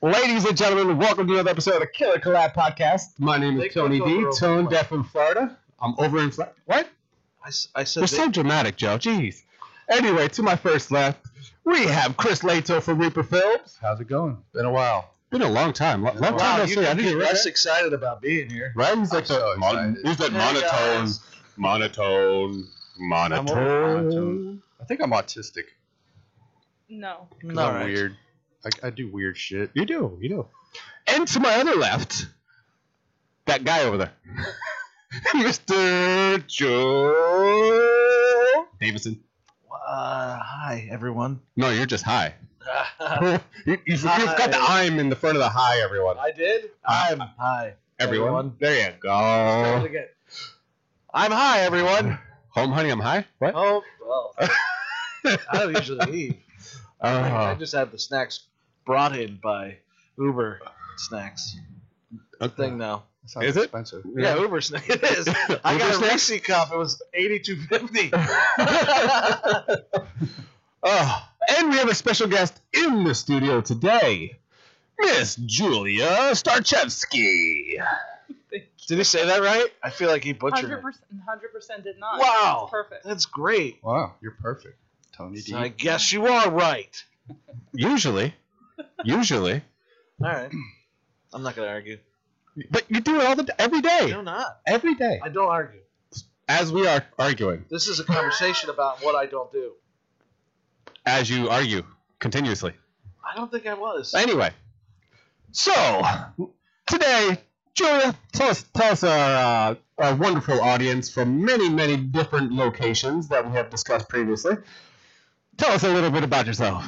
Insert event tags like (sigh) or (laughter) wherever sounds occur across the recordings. Ladies and gentlemen, welcome to another episode of the Killer Collab Podcast. My name They is Tony go D. over Tone over- deaf in Florida. I'm over in Florida. What? I, s- I said We're they- so dramatic, Joe. Jeez. Anyway, to my first left, we have Chris Lato from Reaper Films. How's it going? Been a while. Been a long time. Long, long time wow, no you see. I can didn't be realize. less excited about being here. Right? He's like I'm so the mon- excited. he's that Hey, monotone, guys. monotone, monotone, monotone. I think I'm autistic. No. 'cause All I'm right. weird. I, I do weird shit. You do, you do. And to my other left, that guy over there, (laughs) Mr. Joe Davidson. Uh, hi, everyone. No, you're just high. (laughs) I (laughs) you, you, you've got the Hi. I'm in the front of the hi, everyone. did. I'm hi. Everyone. everyone. There you Start it go. again. I'm hi, everyone. Home, honey, I'm high. What? Oh, well. (laughs) I don't usually leave. I Uh, just had the snacks brought in by Uber Snacks. okay. (laughs) Thing now. That sounds Is it? expensive. Yeah, Uber Snacks. (laughs) It is. I Uber got a Snacks? Reese cup. It was eighty-two (laughs) fifty. Uh, and we have a special guest in the studio today, Miss Julia Starchevsky. Did he say that right? I feel like he butchered Hundred it. percent. Hundred percent did not. Wow. It's perfect. That's great. Wow, you're perfect. Tony D. So (laughs) I guess you are right. Usually, usually, All right. I'm not gonna argue. but you do it all the every day, No, not. every day. I don't argue. As we are arguing, This is a conversation about what I don't do. as you argue continuously. I don't think I was. Anyway, so today, Julia, tell us, tell us our, uh, our wonderful audience from many, many different locations that we have discussed previously. Tell us a little bit about yourself.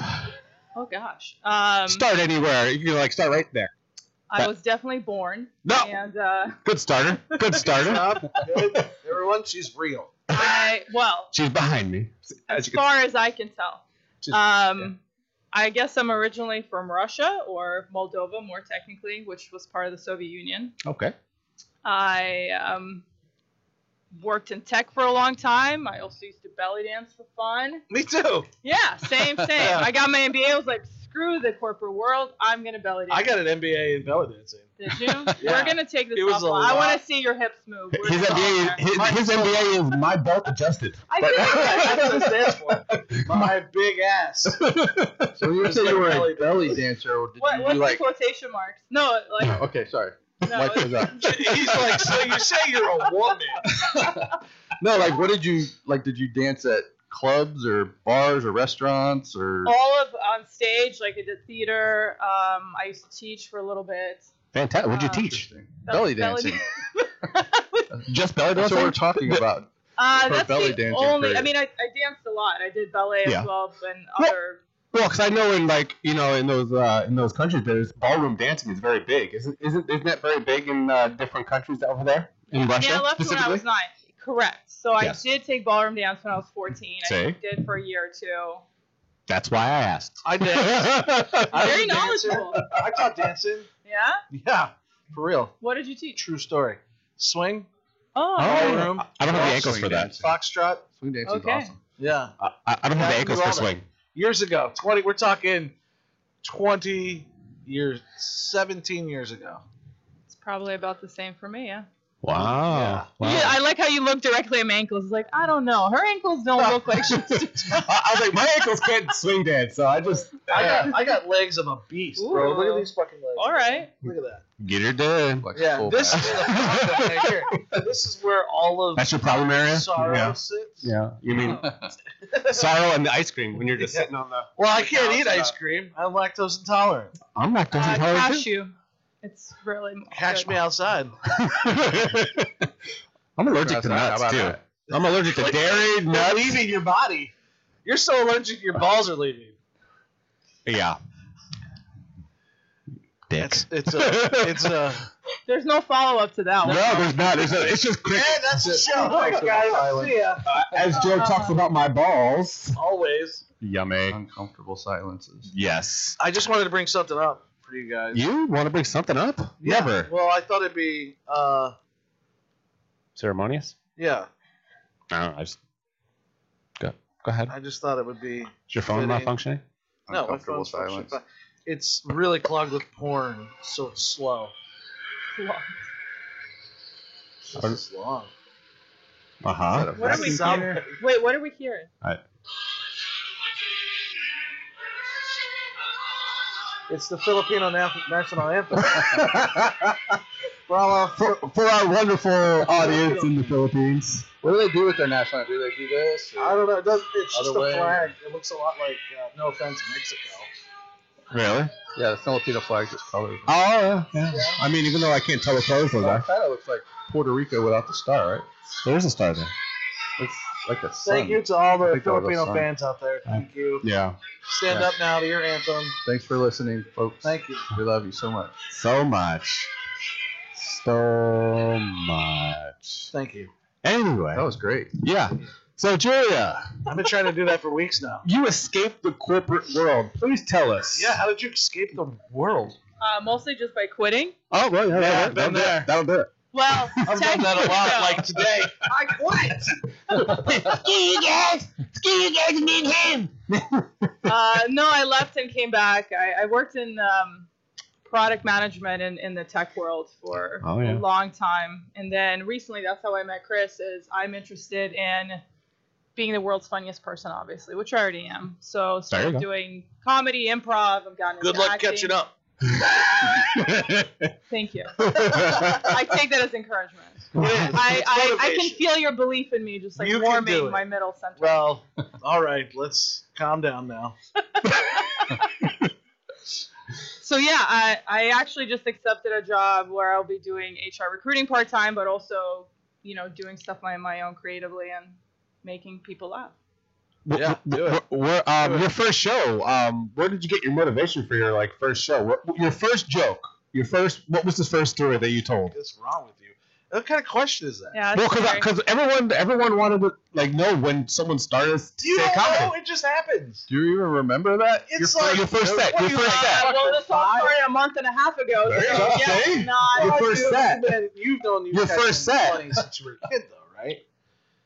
Oh gosh. Um, start anywhere. You can like start right there. I was definitely born. No, And uh, good starter. (laughs) Good starter. (laughs) Stop. Everyone, she's real. I (laughs) well, She's behind me. as far as I can tell. Just- Um, I guess I'm originally from Russia or Moldova, more technically, which was part of the Soviet Union. Okay. I um, worked in tech for a long time. I also used to belly dance for fun. Me too. Yeah, same, same. I got my MBA. I was like, screw the corporate world. I'm gonna belly dance. I got an MBA in belly (laughs) dancing. Did you? We're Yeah. gonna take this It was off. a I want lot. to see your hips move. We're His gonna go MBA, there. is, his, his MBA is my belt adjusted. I but- did. That's what it I stands for. My big ass. So when you say you were a belly dancer, or did What, you what's do like? Oh, the quotation marks? No, like Okay, sorry. no. Mike was it's- up. He's like, so you say you're a woman? No, like what did you like? Did you dance at clubs or bars or restaurants or? All of on stage, like I did theater. Um, I used to teach for a little bit. Fantastic. What'd you Uh, teach? That was Belly dancing. (laughs) dan- Just belly That's what we're dancing. talking about. Uh, For that's belly the dancing only. career. I mean, I, I danced a lot. I did ballet Yeah. as well and Well- other. Well, because I know in like you know in those uh, in those countries, there's ballroom dancing is very big. Isn't isn't isn't that very big in uh, different countries over there in I Russia mean, I left when I specifically? was nine. Correct. So I Yes. did take ballroom dance when I was 14. See? I did for a year or two. That's why I (laughs) asked. I danced. I I was Very a dancer. knowledgeable. I taught dancing. Yeah. Yeah, for real. What did you teach? True story. Swing, Oh. ballroom, don't have the ankles for Swing that. dancing. foxtrot. Swing dancing Okay. is awesome. Yeah. I, I don't have the ankles for swing. years ago. Twenty. We're talking twenty years, seventeen years ago. It's probably about the same for me, yeah. Wow. Yeah, I like how you look directly at my ankles. It's like, I don't know. Her ankles don't look like (laughs) she's. I was like, my ankles can't swing dance, so I just I got I got legs of a beast, bro. Look at Ooh. these fucking legs. All right. Look at that. get her done. Like Yeah. full This fat. is the problem right here. (laughs) This is where all of That's your problem area. sorrow Yeah. sits. Yeah. You (laughs) mean sorrow and the ice cream when you're just sitting on the. Well, I can't eat ice cream. I'm lactose intolerant. (laughs) I'm not Uh, tolerant. cashew. It's really. Catch good. me outside. (laughs) I'm allergic How's to that? How nuts about too. that? I'm allergic to (laughs) Like- dairy, (laughs) Not nuts. leaving your body. You're so allergic, your balls are leaving. Yeah. It's it's a (laughs) it's uh, a. There's no follow up to that No, one. there's not. There's a, it's just quick. (laughs) Yeah, (laughs) that's a show. Thanks Thanks, (laughs) for guys. the See ya. Uh, As Joe talks about my balls. Um, Always. Yummy. Uncomfortable silences. Yes. I just wanted to bring something up for you guys. You want to bring something up? Yeah, Never. Well, I thought it'd be, uh, Ceremonious? yeah. I don't know. I just... go, go ahead. I just thought it would be. Is your phone Fitting. not functioning? No, my Uncomfortable phone's functioning silence. fine. it's really clogged with porn, so it's slow. It's Pardon? just long. Uh huh. What are we Some- hearing? Wait, what are we hearing? It's the Filipino na- national (laughs) anthem. (laughs) For all our uh, For, for our wonderful audience in the Philippines. What do they do with their national? anthem? Do they do this? I don't know. It does, it's just Other way. a flag. It looks a lot like, uh, no offense, Mexico. Really? Yeah, the Filipino flag's just colored. Oh, yeah, yeah. I mean, even though I can't tell what colors those That are, kind of looks like Puerto Rico without the star, right? there's a star there. It's like a sun. Thank you to all I the think that was Filipino a song. fans out there. Thank you. Yeah. Stand Yeah. up now to your anthem. Thanks for listening, folks. Thank you. We love you so much. So much. So much. Thank you. Anyway. That was great. Yeah. So, Julia, I've been trying to do that for weeks now. you escaped the corporate world. Please tell us. Yeah, how did you escape the world? Uh, mostly just by quitting. Oh, well, yeah, Yeah, that, that'll, been do there. it. that'll do it. Well, I've done that a lot, like today. I quit. Ski you guys! Ski you guys meet him! Uh, no, I left and came back. I, I worked in um, product management in, in the tech world for Oh, yeah. a long time, and then recently, that's how I met Chris. Is I'm interested in being the world's funniest person, obviously, which I already am. So There you started go. doing comedy, improv. I've gotten Good into luck acting. catching (laughs) up. (laughs) Thank you. (laughs) I take that as encouragement. I, It's I, I can motivation. feel your belief in me, just like You can do it. warming my middle center. Well, all right, let's calm down now. So yeah, I, I actually just accepted a job where I'll be doing HR recruiting part time, but also you know doing stuff my my own creatively and making people laugh. yeah, do it. Where, um, Do it. your first show, um, where did you get your motivation for your like first show? What, your first joke, your first, what was the first story that you told? What's wrong with you? What kind of question is that? Yeah. Well, it's because very- because everyone everyone wanted to like know when someone started Do you stand-up don't comedy. know? It just happens. Do you even remember that? It's Your- like your first set, what your do you first like, set. Uh, fucking well, this all five? started a month and a half ago. There you so, go. yeah, See? it's not- Your Well, first dude, set. man, You've known you Your guys first been set. funny since you were a kid, though, right?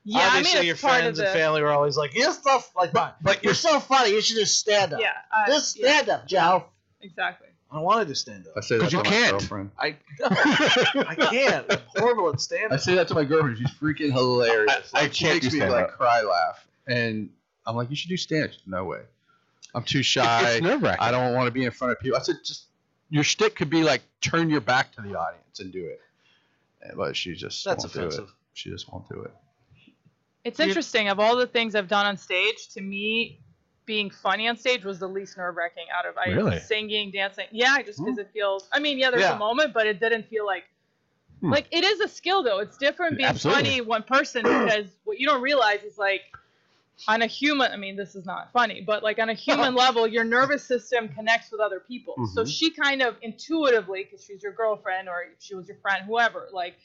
yeah, I Obviously, mean, it's your part friends of and the, family were always like, "Your stuff like that. but You're your so funny. You should just stand up. Yeah, uh, just yeah, stand up, Joe." exactly. I wanted to stand I up. say that 'Cause to you my can't. girlfriend. I (laughs) I can't. I'm horrible at stand I up. say that to my girlfriend. She's freaking hilarious. I- I Like, she can't makes do me stand-up. like cry laugh, and I'm like, you should do stand up. No way. I'm too it's shy. nerve I wracking. don't want to be in front of people. I said, just your shtick could be like turn your back to the audience and do it. And- But she just That's won't do it. offensive. She just (laughs) won't do it. It's You- interesting. Of all the things I've done on stage, to me, being funny on stage was the least nerve wracking out of I, Really? singing, dancing. Yeah, just because it feels. I mean, yeah, there's Yeah. a moment, but it didn't feel like. Hmm. Like it is a skill though. It's different being Absolutely. funny one person because what you don't realize is like on a human I mean this is not funny, but like on a human level your nervous system connects with other people. So Mhm. she kind of intuitively cuz she's your girlfriend or she was your friend whoever like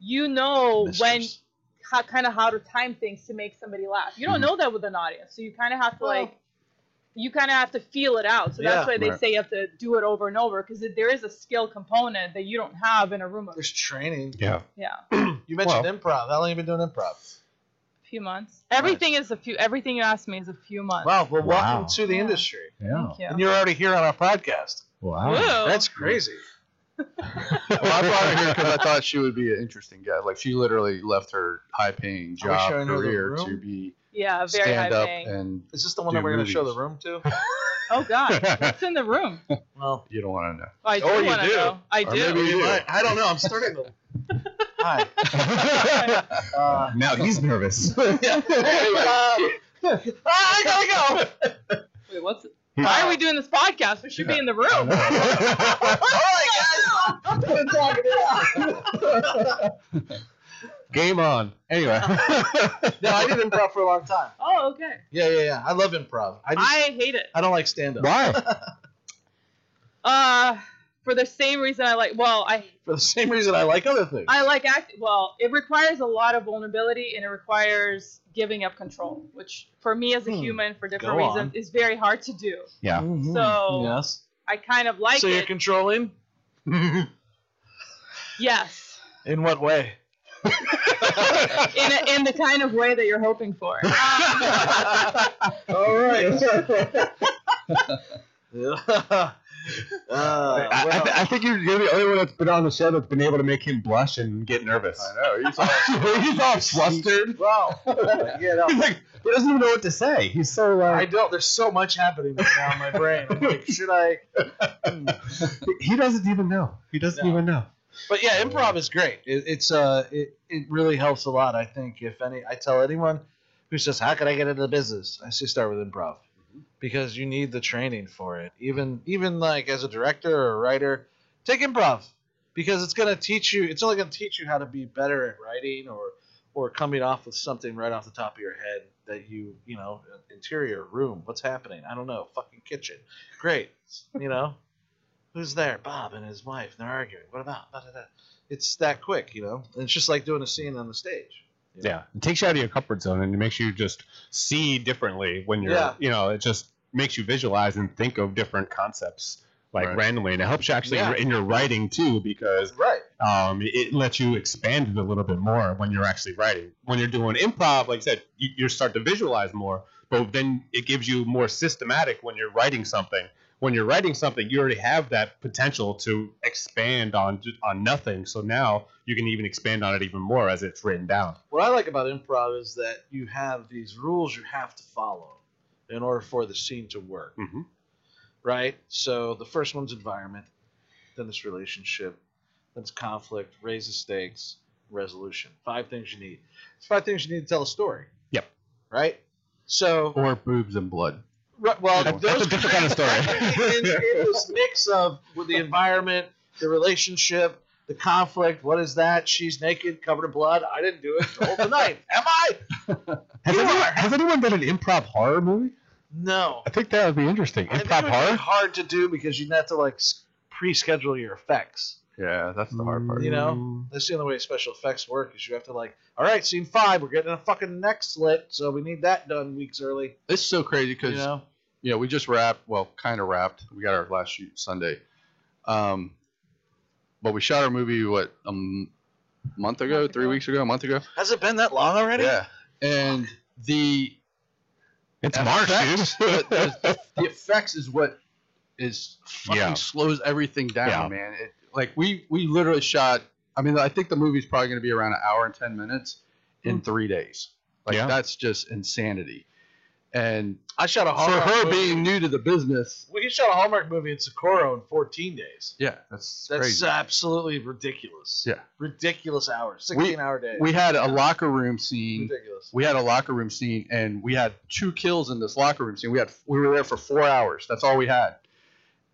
you know when Mistress. how kind of how to time things to make somebody laugh. You don't Mhm. know that with an audience, so you kind of have to Well- like, you kind of have to feel it out. So Yeah. that's why they Right. say you have to do it over and over because there is a skill component that you don't have in a room of There's training. Yeah. yeah, You mentioned improv. How long have you been doing improv? a few months. Everything is a few. Everything you asked me is a few months. Wow. Well, welcome Wow. to the Yeah. industry. Yeah. Thank you. And you're already here on our podcast. Wow. Woo. That's crazy. Well, I brought her here because I thought she would be an interesting guest. Like she literally left her high paying job showing her the career room? to be yeah, very high stand up paying. and Is this the one Do that we're going to show the movies. room to? (laughs) Oh (laughs) God, what's in the room? Oh, Well, you don't want to know. I do Oh, you want to do. know. I Or do. maybe- (laughs) You do. I, I don't know. I'm starting to. Hi. Uh, (laughs) (laughs) now he's nervous. uh, I gotta go. Wait, what's? Why are we doing this podcast? We should be in the room. (laughs) Game on. Anyway. (laughs) No, I did improv for a long time. Oh, okay. Yeah, yeah, yeah. I love improv. I just, I, I hate it. don't like stand up Why? Uh, for the same reason I like. Well, I for the same reason I like other things. I like acting. Well, it requires a lot of vulnerability and it requires giving up control, which for me as a Hmm. human, for different Go reasons, on. is very hard to do. Yeah. So- Mm-hmm. yes. I kind of like so you're it. controlling. In yes, what way? (laughs) (laughs) Uh, in a, in the kind of way that you're hoping for. Um, All right. Uh, I, I, th- I think you're, you're the only one that's been on the show that's been able to make him blush and get nervous. I know. He's all, (laughs) he's all flustered. well, you know, He's like, (laughs) he doesn't even know what to say. He's so uh, I like, don't. There's so much happening right now in my brain. I'm like, should I? Hmm. he doesn't even know. He doesn't No. even know. But yeah, improv is great. It, it's uh, it, it really helps a lot. I think if any, I tell anyone who says, "How can I get into the business?" I say, start with improv, because you need the training for it. Even even like as a director or a writer, take improv because it's gonna teach you. It's only gonna teach you how to be better at writing or or coming off with something right off the top of your head that you you know interior room. What's happening? I don't know. Fucking kitchen. Great. You know. who's there? Bob and his wife. and They're arguing. What about? Da, da, da. It's that quick, you know. And it's just like doing a scene on the stage. Yeah, it takes you out of your comfort zone and it makes you just see differently when you're, Yeah. you know, it just makes you visualize and think of different concepts like Right. randomly, and it helps you actually in- Yeah. in your writing too because Right. um, it lets you expand it a little bit more when you're actually writing. When you're doing improv, like I said, you, you start to visualize more, but then it gives you more systematic when you're writing something. When you're writing something, you already have that potential to expand on on nothing. So now you can even expand on it even more as it's written down. What I like about improv is that you have these rules you have to follow in order for the scene to work. Mm-hmm. Right. So the first one's environment, then it's relationship, then it's conflict, raise the stakes, resolution. Five things you need. It's five things you need to tell a story. Yep. Right. So or boobs and blood. Right, well, That's- those that's a different kind of story. in, in this mix of with the environment, the relationship, the conflict. What is that? She's naked, covered in blood. I didn't do it. Roll (laughs) the knife. Am I? Has anyone, has anyone done an improv horror movie? No. I think that would be interesting. I think Improv it would be horror? hard to do because you'd have to like s- pre-schedule your effects. Yeah, that's the hard part. You Mm. know? That's the only way special effects work is you have to like, all right, scene five, we're getting a fucking neck slit, so we need that done weeks early. It's so crazy because You know? you know, we just wrapped, well, kind of wrapped. We got our last shoot Sunday. Um, but we shot our movie, what, a m- month ago, Month three ago. weeks ago, a month ago? Has it been that long already? Yeah. And the, It's Yeah. March, (laughs) but dude. the, the effects is what is fucking Yeah. slows everything down, Yeah. man. It, like, we, we literally shot, I mean, I think the movie's probably going to be around an hour and 10 minutes in three days. Like, Yeah. that's just insanity. And Oh, I shot a for Hallmark her movie. being new to the business, we shot a Hallmark movie in Socorro in 14 days. yeah, that's, That's crazy. absolutely ridiculous. Yeah. Ridiculous hours. 16 We- hour day. we had a locker room scene. ridiculous. We had a locker room scene, and we had two kills in this locker room scene. We had we were there for four hours. That's all we had,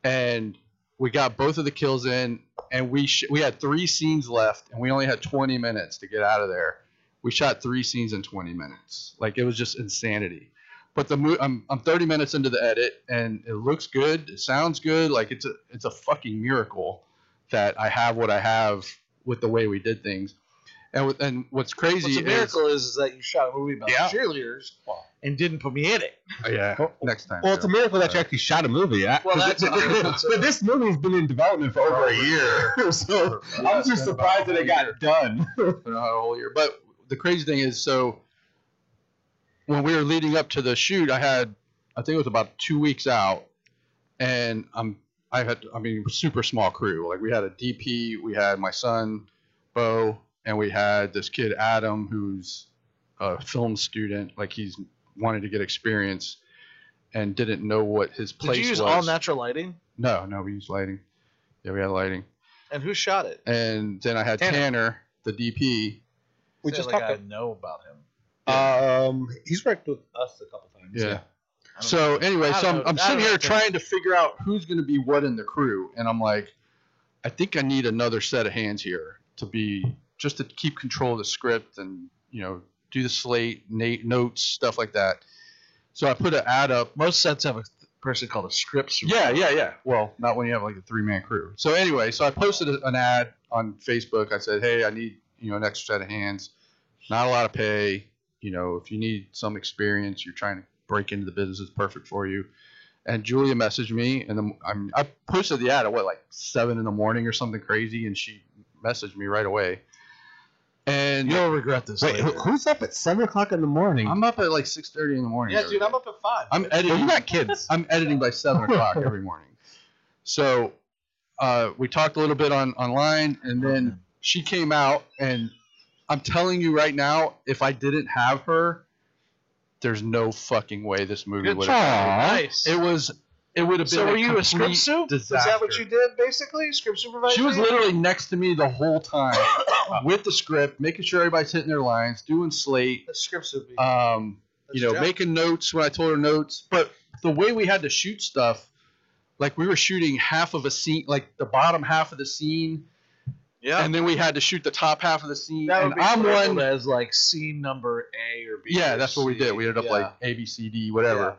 and we got both of the kills in, and we sh- we had three scenes left, and we only had 20 minutes to get out of there. We shot three scenes in 20 minutes. Like it was just insanity. But the mo- I'm, I'm 30 minutes into the edit, and it looks good. It sounds good. Like it's a it's a fucking miracle that I have what I have with the way we did things. And, with, and what's What's crazy a is- miracle is, is that you shot a movie about Yeah. cheerleaders and didn't put me in it. Oh, yeah. Well- Next time. well, it's a miracle that you actually shot a movie. I- Well, (laughs) that's- (laughs) but this movie's been in development for over a Oh, year. So (laughs) I'm just surprised that it got done. for not a whole year. But the crazy thing is, so when we were leading up to the shoot, I had, I think it was about two weeks out, and I'm, I had, I mean, super small crew. Like we had a DP, we had my son, Bo, and we had this kid Adam, who's a film student. Like he's wanted to get experience, and didn't know what his Did place you use was. all natural lighting? no, no, we used lighting. Yeah, we had lighting. And who shot it? And then I had Tanner. Tanner the DP, We Say, just like, talked I know about him. Um, he's worked with us a couple times. Yeah. I don't So know. anyway, I don't so I'm, know. I'm I don't sitting know here if that- trying to figure out who's going to be what in the crew, and I'm like, I think I need another set of hands here to be just to keep control of the script and you know do the slate, na- notes, stuff like that. So I put an ad up. Most sets have a th- person called a script. supervisor. Yeah, yeah, yeah. Well, not when you have like a three man crew. So anyway, so I posted a- an ad on Facebook. I said, hey, I need you know an extra set of hands. Not a lot of pay. You know, if you need some experience, you're trying to break into the business, it's perfect for you. And Julia messaged me, and the- I'm, I posted the ad at what like seven in the morning or something crazy, and she messaged me right away. And You'll regret this Wait, who- later. who's up at seven o'clock in the morning? I'm up at like six thirty in the morning. yeah, every dude, day. I'm up at five. I'm Well, you editing. got kids. I'm editing by seven o'clock every morning. So uh, we talked a little bit on online, and then she came out, and I'm telling you right now, if I didn't have her, there's no fucking way this movie Good would job. have. Nice. It was. It would have been. so were you a script complete soup? Is that what disaster. you did basically? Script supervisor? She was literally next to me the whole time with the script, making sure everybody's hitting their lines, doing slate, That's script soupy. um, you know, That's Jeff. making notes when I told her notes. But the way we had to shoot stuff, like we were shooting half of a scene, like the bottom half of the scene, yeah. and then we had to shoot the top half of the scene. that and would be I'm one. labeled as like scene number A or B. yeah, or that's what we C. did. We ended up Yeah. like A, B, C, D, whatever.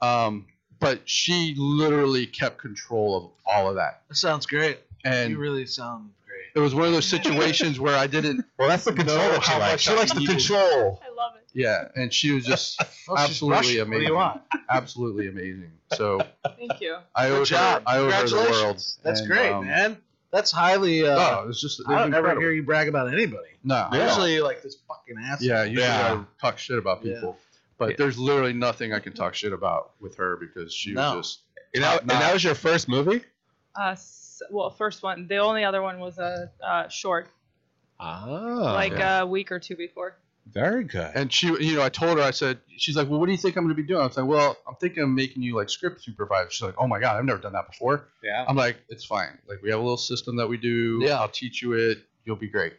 Um, but she literally kept control of all of that, That sounds great. and you really sound great. it was one of those situations where I didn't. (laughs) Well, that's the control No, that she how likes. much She I likes the needed- control. I love it. Yeah, and she was just Well, she's absolutely Russian. What do amazing. you want? absolutely amazing. So Thank you. I Good owe her, job. I owe her the Congratulations. world. That's And, great, um, man. That's highly. Uh, Oh, it was just. It I was don't ever incredible. hear you brag about anybody. No. Yeah. Usually, you're like this fucking (laughs) asshole. Yeah, usually Yeah. I talk shit about Yeah. people, but Yeah. there's literally nothing I can talk shit about with her because she No. was just. And that, and that was your first movie? Uh, s- well, first one. The only other one was a uh, short, Ah. like uh, a week or two before. very good. And she, you know, I told her, I said, she's like, well, what do you think I'm going to be doing? I was like, well, I'm thinking of making you like script supervisor. She's like, oh my god, I've never done that before. Yeah. I'm like, it's fine. Like we have a little system that we do. Yeah. I'll teach you it. You'll be great.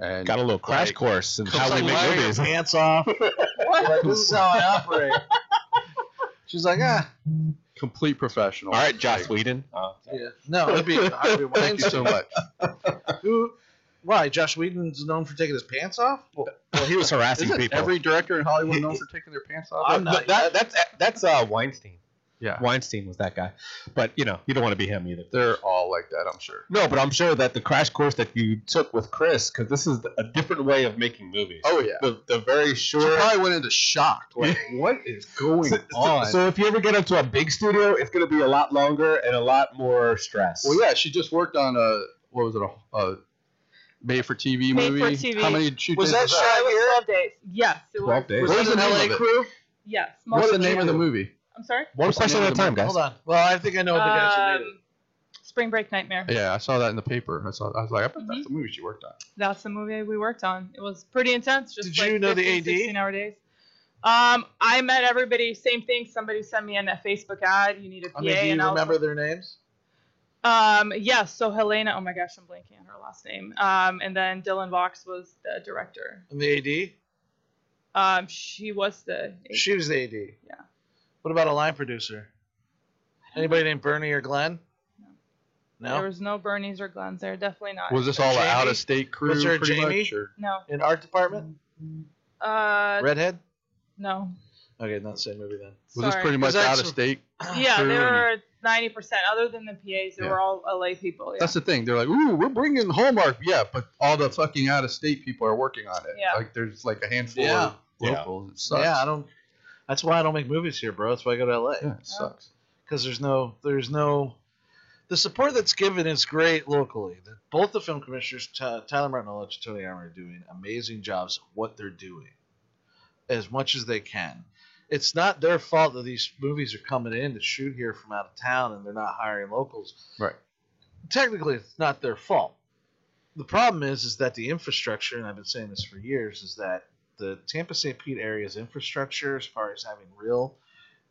And Got a little crash Like- course in Comes how we like make Mario (laughs) movies. Your pants off. Like, this is how I operate. She's like, ah, complete professional. All right, Joss Whedon. yeah. no, it'd be Harvey (laughs) Thank you Weinstein. so much. Who? Why? Josh Whedon's known for taking his pants off. Well, Well, he was harassing Isn't people. every director in Hollywood known for taking their pants off? I'm No, not- that, that's that's uh, Weinstein. Yeah. Weinstein was that guy, but you know you don't want to be him either. They're all like that, I'm sure. No, but I'm sure that the crash course that you took with Chris, because this is a different way of making movies. Oh yeah. The, the very She short. probably went into (laughs) shocked. Like, what is going So, on? so if you ever get up to a big studio, it's going to be a lot longer and a lot more stress. well, yeah, she just worked on a what was it a, a made for TV Made for movie? TV. How many did she Was do? that So it was Shot here? twelve days. Yes, it was. twelve days. What was the name of it? crew? Yes. What's the What's name the of the name? movie? I'm sorry. One question at a time, guys. Hold on. Well, I think I know what the guy's name is. Um, Spring Break Nightmare. Yeah, I saw that in the paper. I saw. I was like, I bet that's Mhm. the movie she worked on. That's the movie we worked on. It was pretty intense. Just Did like you know the 15, AD? 16 hour days. Um, I met everybody. Same thing. Somebody sent me in a Facebook ad. You need a PA, I mean, do Oh, you and I'll remember their names? Um, yes. So Helena. Oh my gosh, I'm blanking on her last name. Um, and then Dylan Vox was the director. And the AD? Um, she was the. She was the AD. Yeah. What about a line producer? Anybody named Bernie or Glenn? No. There was no Bernies or Glens there. Definitely not. Was this all Jamie? an out of state crew? Was there a pretty Jamie? much, or- no. In art department? Uh, Redhead? no. Okay, not the same movie then. Was this Sorry. pretty much Was that out of some- state? Yeah, they crew? were ninety percent. Other than the PAs, they Yeah. were all LA people. Yeah. That's the thing. They're like, ooh, we're bringing Hallmark. Yeah, but all the fucking out of state people are working on it. Yeah. Like there's like a handful of Yeah. locals. It sucks. Yeah, I don't. That's why I don't make movies here, bro. That's why I go to LA. Yeah, it sucks. because there's no there's no the support that's given is great locally. The- Both the film commissioners, Ty- Tyler Martin and Tony Armour, are doing amazing jobs. At what they're doing, as much as they can. It's not their fault that these movies are coming in to shoot here from out of town, and they're not hiring locals. Right. Technically, it's not their fault. The problem is, is that the infrastructure, and I've been saying this for years, is that the Tampa St. Pete area's infrastructure, as far as having real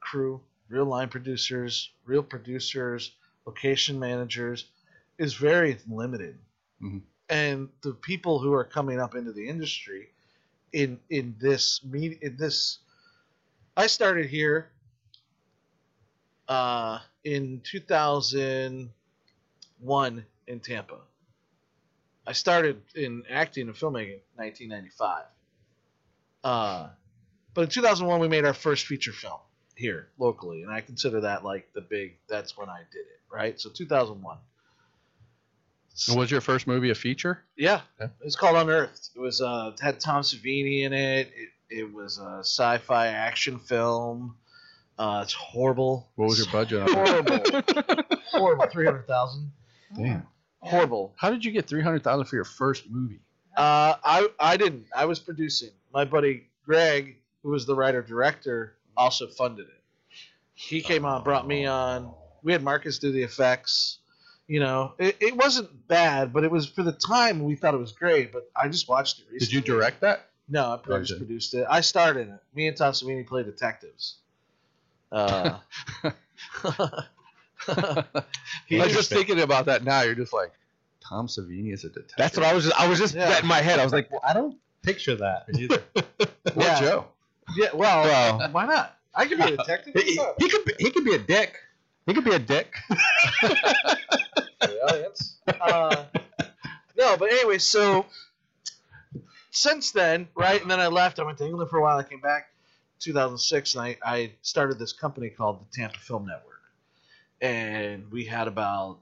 crew, real line producers, real producers, location managers, is very limited. Mhm. And the people who are coming up into the industry in in this meet in this I started here uh, in 2001 in Tampa. I started in acting and filmmaking in 1995. Uh, but in 2001, we made our first feature film here locally, and I consider that like the big. That's when I did it, right? So 2001. And Was your first movie a feature? Yeah, Yeah. it's called Unearthed. It was uh, it had Tom Savini in it. It, it was a sci-fi action film. Uh, it's horrible. What was your budget? on it? (laughs) horrible? horrible. Three hundred thousand. Damn. Horrible. How did you get three hundred thousand for your first movie? Uh, I I didn't. I was producing. My buddy Greg, who was the writer director, also funded it. He came on, brought me on. We had Marcus do the effects. You know, it, it wasn't bad, but it was for the time we thought it was great. But I just watched it Did recently. you direct that? No, I pro- I just Okay. produced it. I starred in it. Me and Tom Savini play detectives. Uh, (laughs) I was just thinking about that now. You're just like, Tom Savini is a detective. That's what I was. Just, I was just Yeah. that in my head. I was like, well, I don't picture that. either. Or Yeah. Joe. yeah, well, Well, why not? I could be (laughs) a detective. Oh. he, he- he could. Be, he could be a dick. He could be a dick. Uh, no, but anyway, so since then, right? And then I left. I went to England for a while. I came back 2006, and I, I started this company called the Tampa Film Network. And we had about,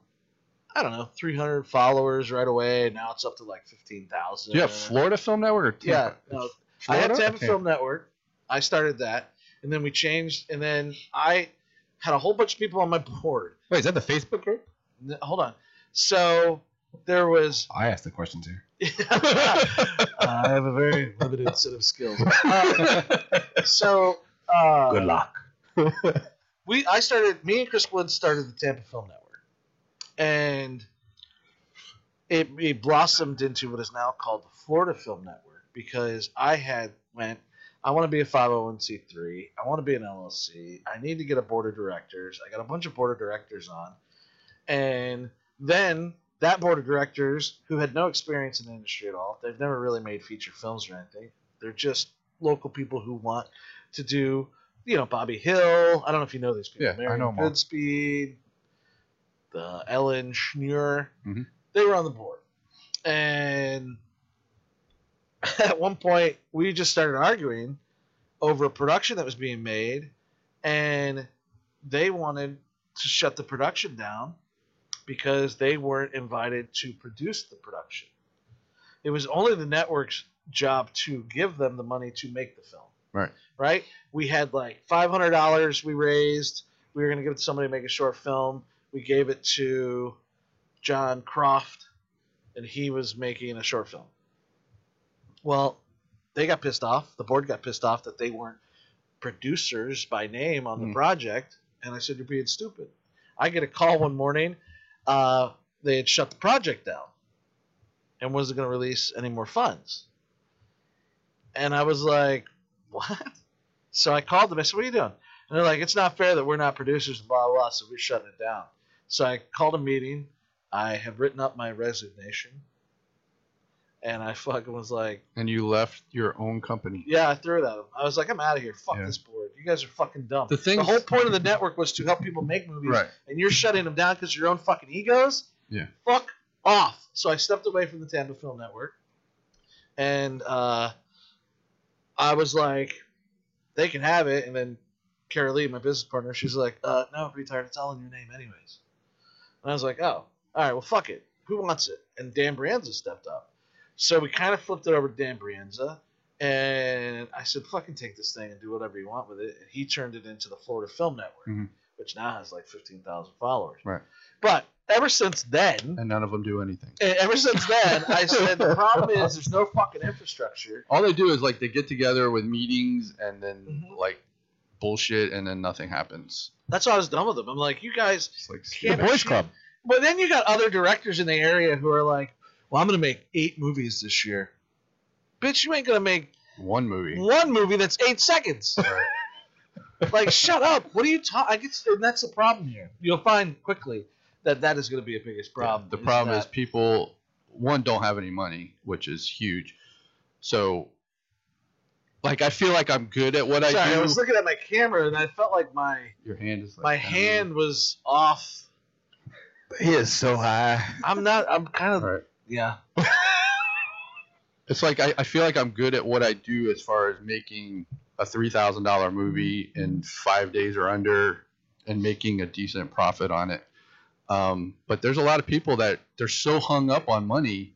I don't know, 300 followers right away. And now it's up to like 15,000. Do you have Florida Film Network or Yeah. Tampa? No, I had Florida? Tampa Okay. Film Network. I started that. And then we changed. And then I had a whole bunch of people on my board. Wait, is that the Facebook group? N- Hold on. So there was I asked the question (laughs) too. (laughs) I have a very limited set of skills. Uh, so uh, Good luck. we I started me and Chris Wood started the Tampa Film Network, and it, it blossomed into what is now called the Florida Film Network because I had went I want to be a 501c3 I want to be an LLC I need to get a board of directors I got a bunch of board of directors on, and then that board of directors who had no experience in the industry at all they've never really made feature films or anything they're just local people who want to do you know Bobby Hill. I don't know if you know these people. Yeah, I Marion know 'em all. Goodspeed, the Ellen Schnur. Mhm. They were on the board, and (laughs) at one point we just started arguing over a production that was being made, and they wanted to shut the production down because they weren't invited to produce the production. It was only the network's job to give them the money to make the film. Right. Right? We had like $500 we raised. We were going to give it to somebody to make a short film. We gave it to John Croft, and he was making a short film. Well, they got pissed off. The board got pissed off that they weren't producers by name on the Hmm. project. And I said, You're being stupid. I get a call one morning. Uh, they had shut the project down and wasn't going to release any more funds. And I was like, What? So I called them. I said, What are you doing? And they're like, It's not fair that we're not producers, blah, blah, blah. So we're shutting it down. So I called a meeting. I have written up my resignation. And I fucking was like, And you left your own company. yeah, I threw it at him. I was like, I'm out of here. Fuck Yeah. this board. You guys are fucking dumb. The thing- the whole point of the network was to help people make movies, Right. and you're shutting them down because your own fucking egos. Yeah. Fuck off. So I stepped away from the Tampa Film Network, and uh, I was like, they can have it. And then Carol Lee, my business partner, she's like, uh, no, I'm retired. It's all in your name, anyways. And I was like, oh, all right, well, fuck it. Who wants it? And Dan Brienza stepped up. So we kind of flipped it over to Dan Brienza. And I said, fucking take this thing and do whatever you want with it. And he turned it into the Florida Film Network, Mhm. which now has like 15,000 followers. Right. But ever since then, And none of them do anything. and Eh, ever since then, I said, the problem is there's no fucking infrastructure. All they do is like they get together with meetings and then Mhm. like bullshit and then nothing happens. That's why I was done with them. I'm like, you guys. It's like The Yeah, but Boys she- Club. But then you got other directors in the area who are like, well, I'm going to make eight movies this year. Bitch, you ain't going to make one movie. one movie that's eight seconds. like, shut up. What are you talking? I guess and that's the problem here. You'll find quickly that that is going to be a biggest problem. The problem that- is people one don't have any money, which is huge. So like I feel like I'm good at what Sorry, I I, do. was looking at my camera and I felt like my Your hand is like my kinda hand was off. He is so high. I'm not. I'm kind of. moving. Alright. Yeah. It's like I, I feel like I'm good at what I do as far as making a three thousand dollar movie in five days or under and making a decent profit on it. Um, but there's a lot of people that they're so hung up on money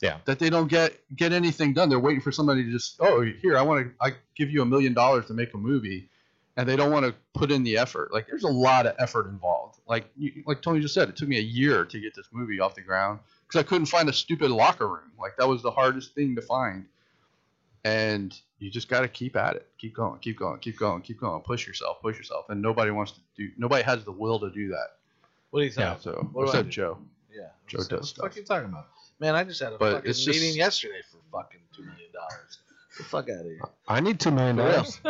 Yeah. that they don't get get anything done. They're waiting for somebody to just oh here I want to I give you a million dollars to make a movie, and they don't want to put in the effort. Like there's a lot of effort involved. Like you, like Tony just said, it took me a year to get this movie off the ground because I couldn't find a stupid locker room. Like that was the hardest thing to find. And you just got to keep at it. Keep going. Keep going. Keep going. Keep going. Push yourself. Push yourself. And nobody wants to do. Nobody has the will to do that. What are you talking Yeah. So What do I except do? Joe. Yeah. Joe What the does fuck stuff. you talking about? Man, I just had a But fucking it's just- meeting yesterday for fucking two million (laughs) dollars. The fuck out of here. I need two million For real. dollars.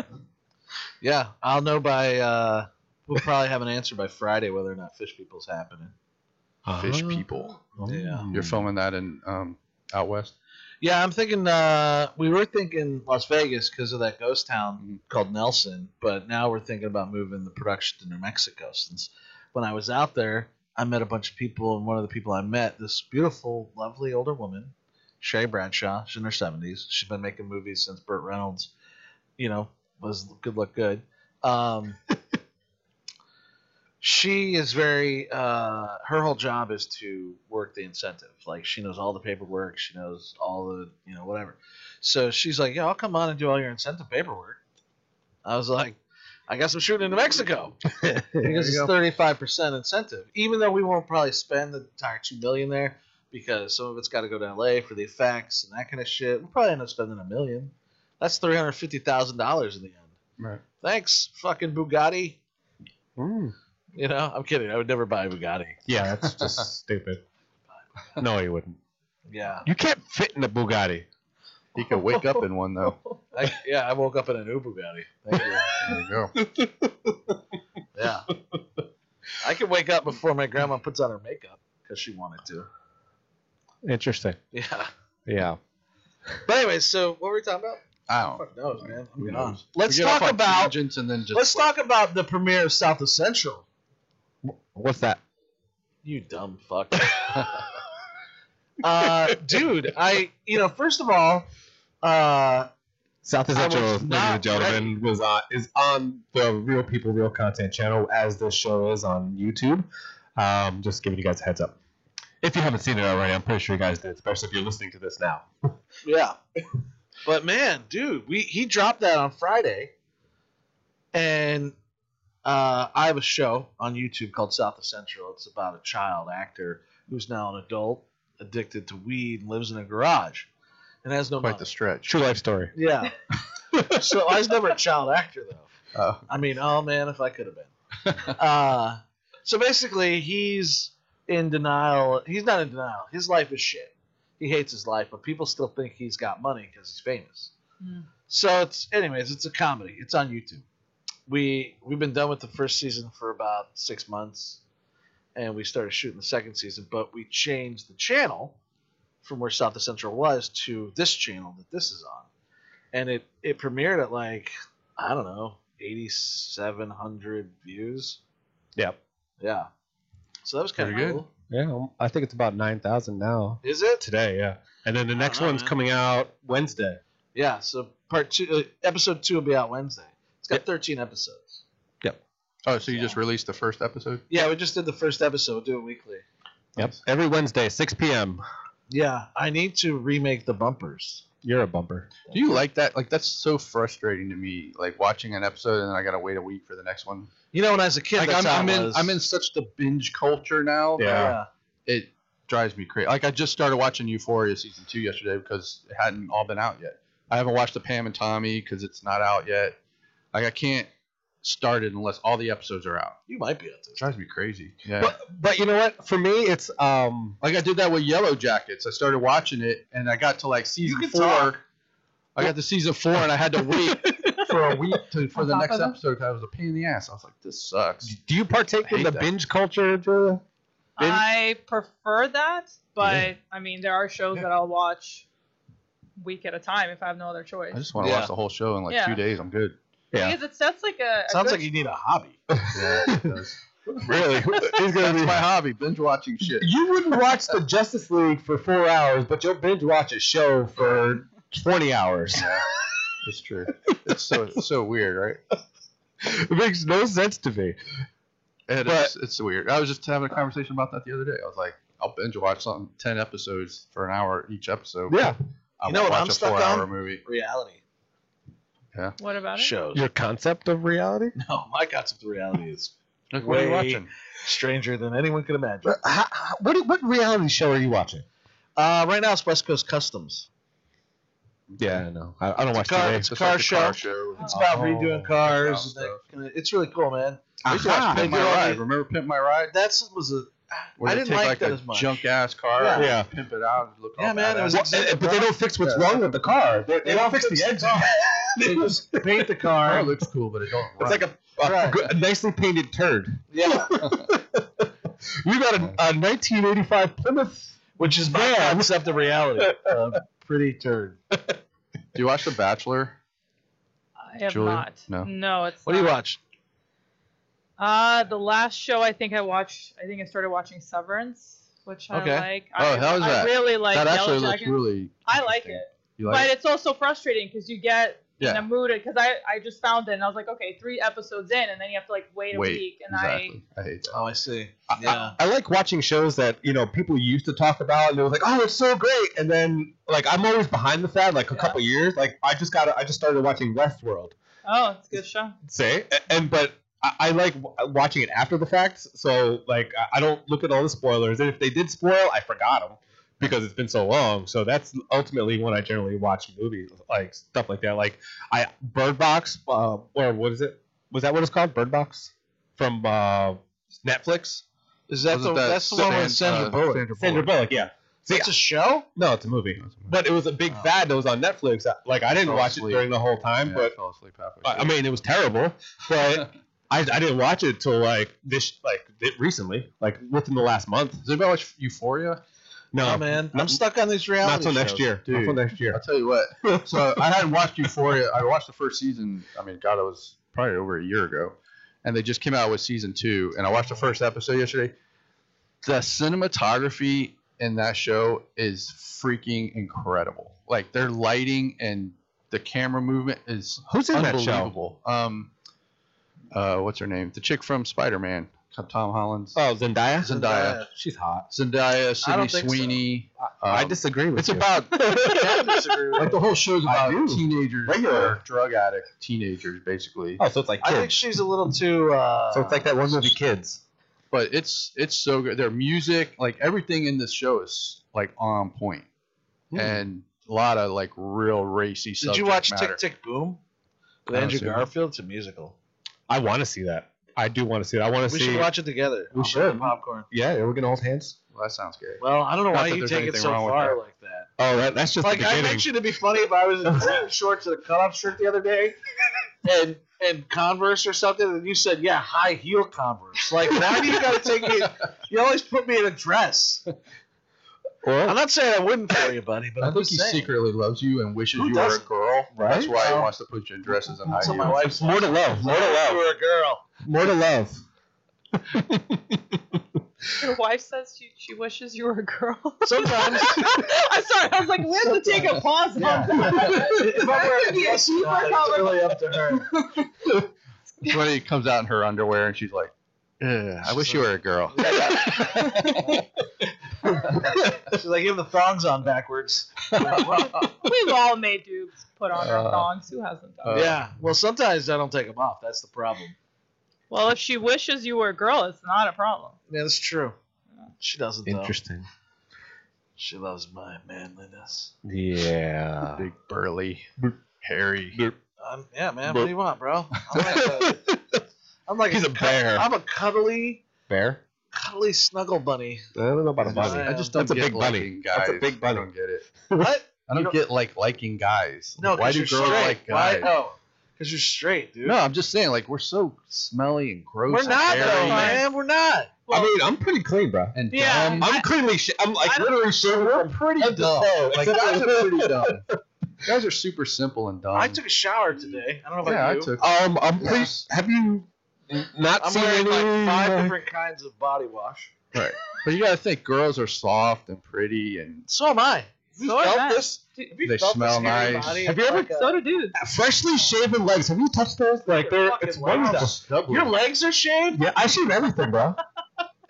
Yeah, I'll know by. uh We'll probably have an answer by Friday whether or not Fish People's happening. Fish Ah. people. Yeah. Mm. You're filming that in um, out west. Yeah, I'm thinking. uh We were thinking Las Vegas because of that ghost town Mhm. called Nelson, but now we're thinking about moving the production to New Mexico. Since when I was out there, I met a bunch of people, and one of the people I met, this beautiful, lovely older woman, Shay Bradshaw. She's in her 70s. She's been making movies since Burt Reynolds, you know, was good look good. Um, she is very uh, her whole job is to work the incentive like she knows all the paperwork she knows all the you know whatever so she's like yeah i'll come on and do all your incentive paperwork i was like i guess i'm shooting in new mexico because it's 35% incentive even though we won't probably spend the entire 2 million there because some of it's got to go to la for the effects and that kind of shit we'll probably end up spending a million that's $350000 in the end Right. thanks fucking bugatti Mm. you know, I'm kidding. I would never buy a Bugatti. (laughs) Yeah, that's just stupid. (laughs) No, you wouldn't. Yeah. You can't fit in a Bugatti. You could wake up in (laughs) one though. I, yeah, I woke up in a new Bugatti. Thank you. There you go. Yeah. I could wake up before my grandma puts on her makeup because she wanted to. Interesting. Yeah. Yeah. But anyway, so what were we talking about? I don't. Fuck knows, man. I'm Who gone. knows? Let's We get off talk on about tangents and then just let's talk about the premiere of South of Central. What's that? You dumb fuck. (laughs) uh, dude, I you know first of all, uh, South is I Central, was ladies not and gentlemen, was on, is on the Real People Real Content channel as this show is on YouTube. Um, just giving you guys a heads up. If you haven't seen it already, I'm pretty sure you guys did, especially if you're listening to this now. Yeah. But man, dude, we he dropped that on Friday, and uh, I have a show on YouTube called South of Central. It's about a child actor who's now an adult, addicted to weed, and lives in a garage, and has no quite money. the stretch. True life story. yeah. (laughs) so I was never a child actor though. Oh. I mean, oh man, if I could have been. uh, so basically, he's in denial. He's not in denial. His life is shit. He hates his life, but people still think he's got money because he's famous. Mm. So it's, anyways, it's a comedy. It's on YouTube. We we've been done with the first season for about six months, and we started shooting the second season. But we changed the channel from where South of Central was to this channel that this is on, and it it premiered at like I don't know, 8,700 views. Yeah. Yeah. So that was kind Pretty of good. cool. Yeah, um, I think it's about 9,000 now. Is it? Today, yeah. And then the I next don't know, one's man. coming out Wednesday. Yeah. So part two, uh, episode two will be out Wednesday. It's got 13 episodes. Oh, so you just released the first episode? Yeah, we just did the first episode. Do it weekly. Yep. Every Wednesday, 6 p.m. Yeah, I need to remake the bumpers. You're a bumper. Do you like that? Like that's so frustrating to me. Like watching an episode and then I gotta wait a week for the next one. You know, when I was a kid, Like that's I'm, how I'm it in was. I'm in such the binge culture now. Yeah. Yeah. It drives me crazy. Like I just started watching Euphoria season two yesterday because it hadn't all been out yet. I haven't watched the Pam and Tommy because it's not out yet. Like I can't start it unless all the episodes are out. You might be at It this. drives me crazy. Yeah. But, but you know what? For me, it's um, Like I did that with Yellow Jackets. I started watching it, and I got to like season can four. talk. I got to season four, and I had to wait (laughs) for a week to, for the On top next of it? episode because I was a pain in the ass. I was like, "This sucks." do you partake hate in the that. binge culture, Julia? Binge? I prefer that, but Yeah. I mean, there are shows Yeah. that I'll watch week at a time if I have no other choice. I just want to Yeah. watch the whole show in like Yeah. two days. I'm good. Because it sets like a, a Sounds good- like you need a hobby. (laughs) Really? He's gonna That's be. my hobby: binge watching shit. you wouldn't watch the Justice League for four hours, but you'll binge watch a show for twenty hours. (laughs) It's true. It's so it's so weird, right? it makes no sense to me. It is, it's weird. I was just having a conversation about that the other day. I was like, "I'll binge watch something ten episodes for an hour each episode." Yeah, I You know won't what I'm watch stuck a four-hour on? movie. Reality What about it? shows. your concept of reality. (laughs) No, my concept of reality is Like, what are you Way- watching? stranger than anyone could imagine. But how- how- What what reality show are you watching? Uh, right now, it's West Coast Customs. Yeah, I know. I, I don't It's a watch car- TV. it's a like the show. show. It's about Oh. redoing cars. and Wow. that kinda- it's really cool, man. I used to watch Aha. Uh-huh. Pimp My They do all Ride. the- Remember Pimp My Ride? That was a. Where I they didn't take like like that a as much. junk ass car, Yeah. and Yeah. pimp it out, and look all Yeah, man, it was badass. Well, eh, but they don't fix what's wrong with the car. They, (laughs) they don't fix the engine. They just paint the Car car. looks cool, but it don't. It's like a, a Right. good- a nicely painted turd. (laughs) yeah, You got a, a 1985 Plymouth. which is my Yeah. concept of reality. Uh, pretty turd. Do you watch The Bachelor? I have Julia? not. No. it's What do you not. watch? Uh, the last show I think I watched, I think I started watching Severance, which Okay. I like. Oh, I, how is I that? really like that actually looks Yellowjacket. really. I like interesting. it, You but like it? it's also frustrating because you get in Yeah. a mood because I I just found it and I was like, okay, three episodes in, and then you have to like wait a Wait, week, and Exactly. I, hate that. Oh, I see. I- Yeah. I like watching shows that you know people used to talk about, and they were like, "Oh, it's so great," and then like I'm always behind the fad. Like a Yeah. couple years, like I just got I just started watching Westworld. I oh, it's a good show. Say A- and but. I- I like w- uh, watching it after the fact, so like I- I don't look at all the spoilers. And if they did spoil, I forgot them because it's been so long. So that's ultimately when I generally watch movies, like stuff like that. Like I Bird Box, uh, or what is it? Was that what it's called? Bird Box from uh, Netflix. Is that the, Wasn't that's the one with San- Sandra uh, Bullock? Sandra Sandra Bullock, Bullock. yeah. See, That's a show. no, it's a movie, but it was a big Oh. fad that was on Netflix. Like I didn't Fell watch asleep. it during the whole time, Yeah, I but fell asleep halfway I I through. mean it was terrible. (laughs) But I, I didn't watch it till like this, like it recently, like within the last month. Does anybody watch Euphoria? No, oh, man, not- I'm stuck on these reality. not till next shows. year. Not till dude. next year. I'll tell you (laughs) what. So I hadn't watched Euphoria. I watched the first season. I mean, God, it was probably over a year ago, and they just came out with season two. And I watched the first episode yesterday. The cinematography in that show is freaking incredible. Like their lighting and the camera movement is Who's in that show? unbelievable. Um, uh, what's her name? The chick from Spider Man, Tom Holland's Oh, Zendaya. Zendaya. She's hot. Zendaya, Sydney don't think so. Sweeney. I um, disagree with it's you. about (laughs) like the whole show's I about do. teenagers, Regular. or drug addict teenagers, basically. oh, so it's like I kids. think she's a little too. Uh, so it's like that one movie, Kids. But it's it's so good. Their music, like everything in this show, is like on point, Hmm. and a lot of like real racy. Did you watch matter. Tick Tick Boom? With I don't Andrew see it. Garfield, it's a musical. I want to see that. I do want to see it. I want to We see. should watch it together. We I'll bring the should. popcorn. yeah, are we gonna hold hands? Well, that sounds good. Well, I don't know Not why that you there's take it anything so wrong with far that. like that. Oh, that, that's just (laughs) Like the I beginning. mentioned, it'd be funny if I was in (laughs) green shorts and a cutoff shirt the other day, and and Converse or something, and you said, "Yeah, high heel Converse." Like, why do you gotta take me? You always put me in a dress. Well, I'm not saying I wouldn't for you, buddy, but I I'm think just he saying. secretly loves you and wishes Who you were a doesn't? girl. Right? Oh. That's why Well, he wants to put you in dresses and high That's what my heels. wife said. more to love. More to You love. were a girl. More to love. Your wife says she, she wishes you were a girl. (laughs) Sometimes, (laughs) I'm sorry. I was like, we have to take a pause on Yeah. that. if I wear a Yeah, dress, you were now, it's covered. really up to her. That's when he comes out in her underwear and she's like, "Ugh, "I She's wish you like- were a girl." (laughs) She's like, "You have the thongs on (laughs) backwards." We've all made dudes put on our Uh, thongs. Who hasn't done? uh, that? yeah. Well, sometimes I don't take them off. That's the problem. Well, if she wishes you were a girl, it's not a problem. Yeah, that's true. She doesn't. Though. Interesting. She loves my manliness. Yeah. (laughs) (laughs) Big burly, Boop. hairy. Um, yeah, man. But- What do you want, bro? I'm like (laughs) a, I'm like He's a cud- bear. I'm a cuddly, Bear? cuddly snuggle bunny. I don't know about a bunny. bunny. I just That's a big bunny. liking That's a guys. big bunny. I don't get it. What? I don't, don't- get like liking guys. No, Like, why because do you're girls straight. like Why? guys? Oh, because you're straight, dude. No, I'm just saying like we're so smelly and gross. we're and not, hairy though, Very nice. man. We're not. I mean, I'm pretty clean, bro. And Yeah. dumb. I'm cleanly. Sh- I'm like I don't- literally shaving. We're from pretty head to dumb. toe. (laughs) Like Except guys for- are (laughs) pretty dumb. guys are super simple and dumb. I took a shower today. I don't know about Um, yeah, you. I took. Um, I'm pretty. Yes. Have you not I'm seen wearing any? like uh, five different kinds of body wash. But you gotta think, girls are soft and pretty, and So am I. So am I. this? Have you They felt this smell hairy nice. body? Have you ever Like a- So do dudes. freshly shaven legs? Have you touched those? Like they're Fucking it's wonderful. wow. Your legs are shaved? Yeah, I shave everything, bro. (laughs)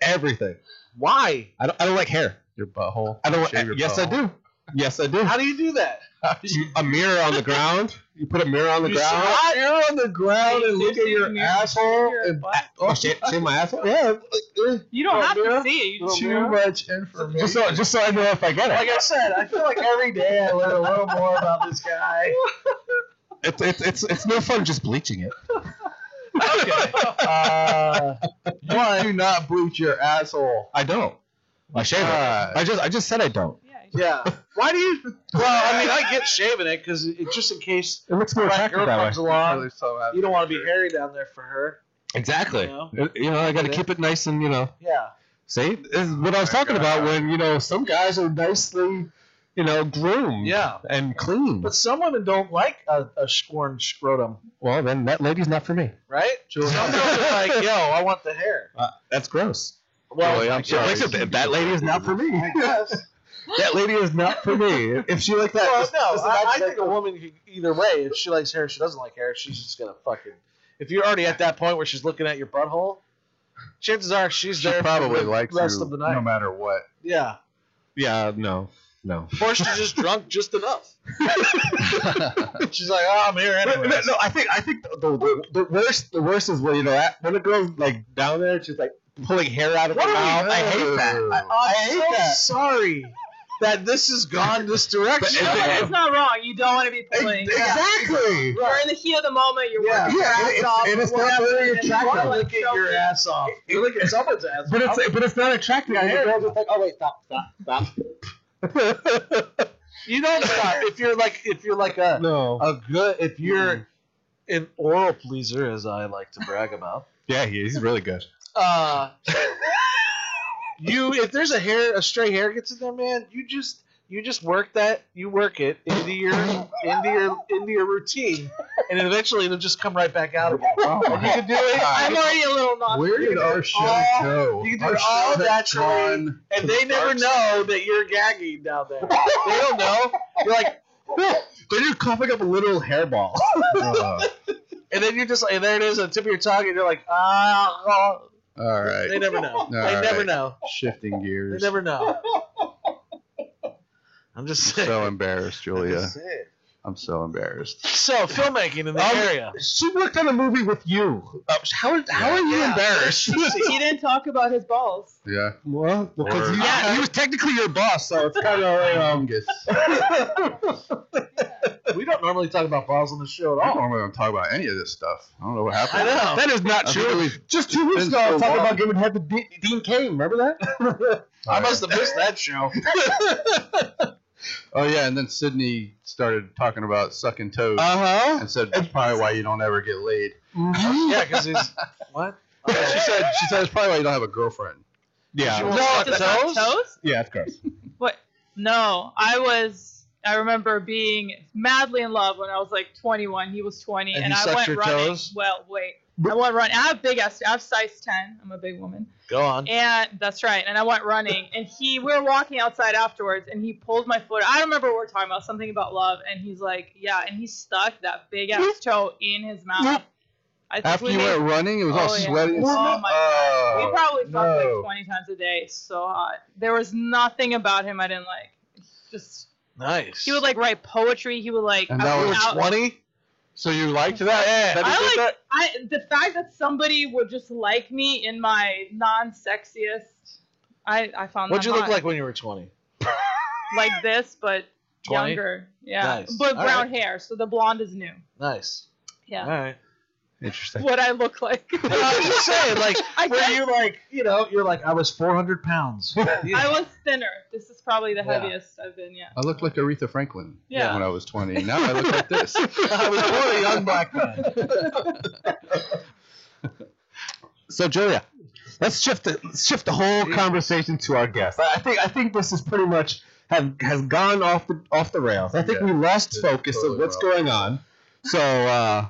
everything. Why? I don't. I don't like hair. your butthole. I don't. Shave your yes, I butthole. do. Yes, I do. How do you do that? (laughs) You- a mirror on the ground. You put a mirror on the You ground. saw mirror on the ground Wait, seriously, mirror- mirror butt? oh shit, shave my asshole. Yeah. uh, You don't Oh, have mirror? to see it. You just Too mirror. much information. Just so, just so I know if I get (laughs) Like it. I said, I feel like every day I learn a little (laughs) more about this guy. It's it's it's, it's no fun just bleaching it. kidding. (laughs) Uh, You do not boot your asshole. I don't. I shave Uh, it. I just I just said I don't. Yeah. you should- yeah. Why do you? Well, I mean, I get shaving it because it, just in case It looks the more right attractive girl that comes way. along, so happy. you don't want to be hairy down there for her. Exactly. You know? Uh, You know, I got to keep it nice and you know. Yeah. See, this is what I was Oh my talking God. about when you know some guys are nicely, you know, groomed Yeah. and clean. But some women don't like a, a scorn scrotum, Well, then that lady's not for me. right? Julia. Some girls are like, yo, I want the hair. That's gross. Well, Julia, I'm She sorry. likes it, but that lady is not for me. yes. (laughs) that lady is not for me. If she like that, Well, just- no, just I, I imagine think a woman could, either way, if she likes hair, she doesn't like hair, she's just gonna fucking. If you're already at that point where she's looking at your butthole, chances are she's She there probably for the likes rest you of the night. no matter what. yeah, Yeah, no, no. or she's just drunk just enough. (laughs) she's like, oh, I'm here anyway. No, no, I think I think the, the, the worst the worst is when you know that- when a girl's like down there, she's like pulling hair out of her What are mouth. we- I hate that. I'm hate so that. sorry that this has gone this direction. No, but it's not wrong. You don't want to be pulling. Exactly. You're in the heat of the moment. You're Yeah. working your Yeah, ass and it's- off. and it's not whatever, very and it's attractive. not like Look at your so- ass off. (laughs) You're looking at someone's ass. But it's but it's not attractive. Yeah, And the hair. girl's just like, oh wait, stop, stop, stop. you don't stop if you're like if you're like a (laughs) no. a good if you're an oral pleaser as i like to brag about Yeah, he- he's really good. uh you if there's a hair a stray hair gets in there man you just you just work that you work it into your into your into your routine and eventually it'll just come right back out again (laughs) Oh, and you can do it I'm already a little Where nauseous. did our show all- go? you can do our it all show has naturally. gone- and they never know that you're gagging down there they don't know you're like Then you're coughing up a little hairball. Uh-huh. (laughs) Uh, and then you're just like and there it is on the tip of your tongue and you're like Uh, ah (laughs) oh." all they right. never know they All never right. know Shifting They gears. never (laughs) know. I'm just saying. so embarrassed, I'm Julia. just saying. I'm so embarrassed. So filmmaking in the Um, area. she worked on a movie with you. Uh, how how are you Yeah. embarrassed? He didn't talk about his balls. Yeah. Well, because Or- he, Yeah. he was technically your boss, so it's kind of like, um, Fungus. We don't normally talk about balls on the show I at don't all. normally want to talk about any of this stuff. I don't know what I happened. know. that is not I true. think it was- Just two weeks Been ago, I was so talking long. about giving head to De- Dean Kane. Remember (laughs) that? I must have missed that show. (laughs) Oh yeah, and then Sydney started talking about sucking toes uh and said that's probably why you don't ever get laid. huh. Yeah, because he's what? She said she said it's probably why you don't have a girlfriend. Yeah. She No, won't suck that- the toes? Does that toes? yeah, that's gross. What? No, I was. I remember being madly in love when I was like 21. He was 20, And and, he I sucked went your running. toes? Well, wait. I went running. I have big ass. I have size 10. I'm a big woman. Go on. And that's right. And I went running, and he we were walking outside afterwards, and he pulled my foot. I remember we were talking about something about love, and he's like, "Yeah," and he stuck that big ass toe in his mouth. I think After we you made- went running, it was all Oh, yeah. sweaty and Oh, stuff. my Oh, we probably fucked no. like 20 times a day. It's So hot. There was nothing about him I didn't like. Just Nice. he would like write poetry. He would like. And I that would was out- twenty. So you liked that? Yeah. That he I did like- I the fact that somebody would just like me in my non-sexiest. I I found. What'd that you look hot. like when you were 20? Like this, but 20? younger. Yeah. Nice. But All brown hair, so the blonde is new. Nice. All Yeah. right. that? Interesting. What I look like. (laughs) I'm just saying, like, (laughs) (laughs) I were guess you like, you know, you're like, I was 400 (laughs) pounds. I was thinner. This is probably the Yeah. heaviest I've been, yeah. I looked like Aretha Franklin Yeah. when I was twenty. Now I look like (laughs) this. I was born a young black man. (laughs) So Julia, let's shift the let's shift the whole conversation to our guest. I I think I think this is pretty much have has gone off the off the rails. I think Yeah. we lost It's focus of totally what's wrong. going on. So uh,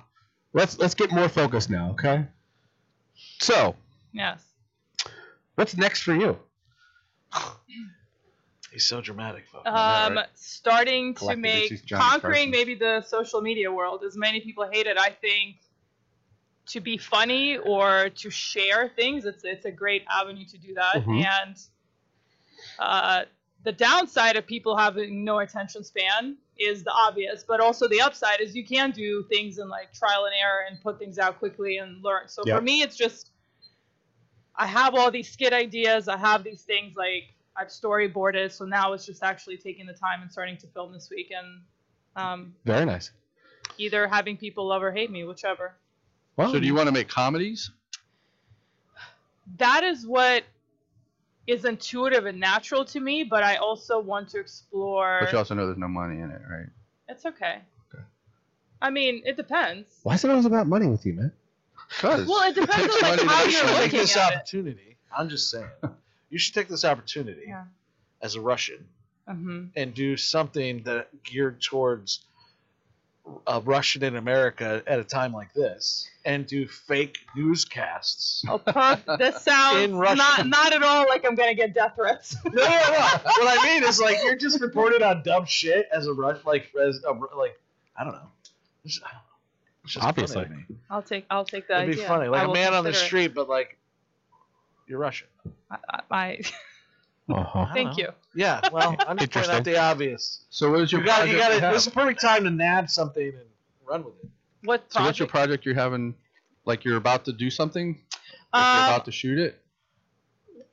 let's let's get more focused now, okay? So Yes. what's next for you? (laughs) He's so dramatic, folks. Um, starting to Collected make issues, Johnny conquering Carson. maybe the social media world. As many people hate it, I think to be funny or to share things, it's it's a great avenue to do that. Mhm. And uh, the downside of people having no attention span is the obvious, but also the upside is you can do things in like trial and error and put things out quickly and learn. So Yep. for me, it's just I have all these skit ideas. I have these things like I've storyboarded. So now it's just actually taking the time and starting to film this week and um, Very nice. either having people love or hate me, whichever. Well, So do you want to make comedies? that is what is intuitive and natural to me, but I also want to explore. But you also know there's no money in it, right? It's okay. I mean, it depends. Why is it always about money with you, man? Because Well, it depends takes on money like, to how make you're sure they take looking this at it. opportunity. I'm just saying, (laughs) you should take this opportunity Yeah. as a Russian hmm and do something that geared towards a Russian in America at a time like this, and do fake newscasts. Oh, Puff, this sounds In Russian. not not at all like I'm gonna get death threats. (laughs) (laughs) No, no, no. What I mean is like you're just reported on dumb shit as a rush, like as a, Ru- like I don't know. It's just- I don't know. It's just funny to Obviously. me. I'll take I'll take the it'd be idea. funny, like I a will man on the consider it. street, but like you're Russian. I, I, Uh-huh. I, I thank don't know. you. Yeah, well, I'm just pointing Interesting. out the obvious. So what is your You got, you project got you it. have? This is a perfect time to nab something and run with it. What So what's your project? project you're having? Like you're about to do something? Like Um, you're about to shoot it?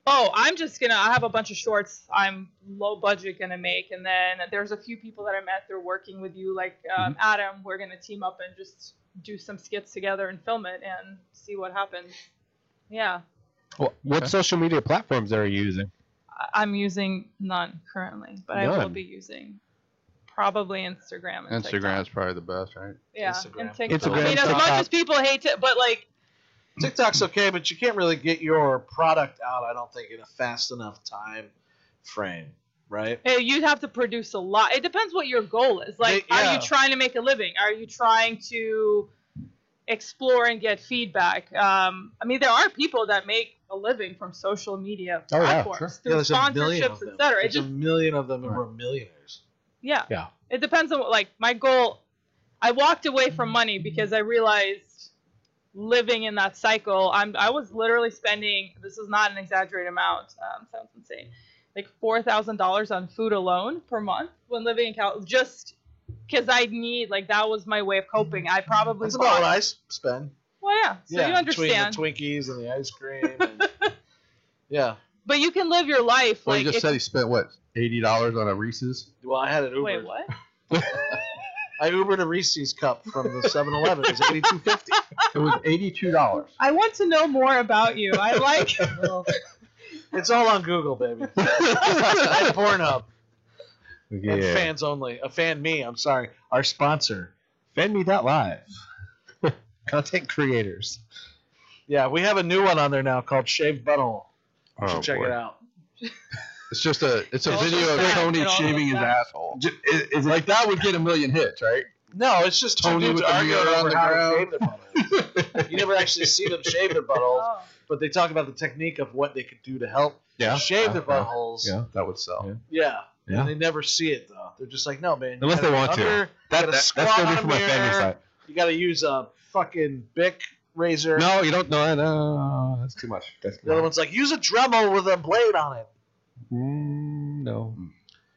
Oh, I'm just gonna. I have a bunch of shorts. I'm low budget gonna make, and then there's a few people that I met. They're working with you, like Mm-hmm. um, Adam. We're gonna team up and just do some skits together and film it and see what happens. Yeah, Well, what Okay. social media platforms are you using? I- I'm using none currently, but I will None. be using probably Instagram. And Instagram TikTok. is probably the best, right? yeah, and Instagram. TikTok. Instagram, I mean, as TikTok. much as people hate it, but like, TikTok's okay, but you can't really get your product out. I don't think in a fast enough time frame, right? Hey, you'd have to produce a lot. It depends what your goal is. Like, Yeah. are you trying to make a living? Are you trying to explore and get feedback? Um, I mean, there are people that make a living from social media Oh, yeah, platforms sure. through sponsorships, them. etc. It There's a just million of them, and we're millionaires. yeah. Yeah. It depends on what. Like, my goal. I walked away from money because I realized living in that cycle. I'm. I was literally spending. This is not an exaggerated amount. Um, sounds insane like four thousand dollars on food alone per month when living in Cal. Just because I need like that was my way of coping. I probably That's bought- about what I s- spend. well yeah. So you understand, Between the Twinkies and the ice cream. (laughs) And, yeah. but you can live your life Well, like you just if- said he spent what eighty dollars on a Reese's. Well, I had an Uber. wait what? I Ubered a Reese's cup from the 7-Eleven. It was eighty-two fifty. It was eighty-two dollars. I want to know more about you. I like (laughs) It's all on Google, baby. (laughs) and Pornhub and Yeah. fans only. A fan me. I'm sorry. Our sponsor, (laughs) fanme.live. Content creators. Yeah, we have a new one on there now called Shaved Butthole. Oh, You should check it out. It's just a it's a It also video of says- Tony it also shaving his says- asshole. J- it- it's like that would get a million hits, right? No, it's just two Tony dudes with the arguing mirror on over the how to shave their buttholes. you never actually see them shave their (laughs) buttholes, oh. but they talk about the technique of what they could do to help Yeah. shave their Uh, uh, buttholes. Yeah. That would sell. Yeah. Yeah. Yeah. And they never see it though. They're just like, no, man. you Unless they gotta want be to. under, you That, gotta that, that's squat gonna be on for a my family mirror, side. You got to use a fucking Bic razor. No, you don't know. No, that's too much. That's The other one's like, use a Dremel with a blade on it. Mm, no,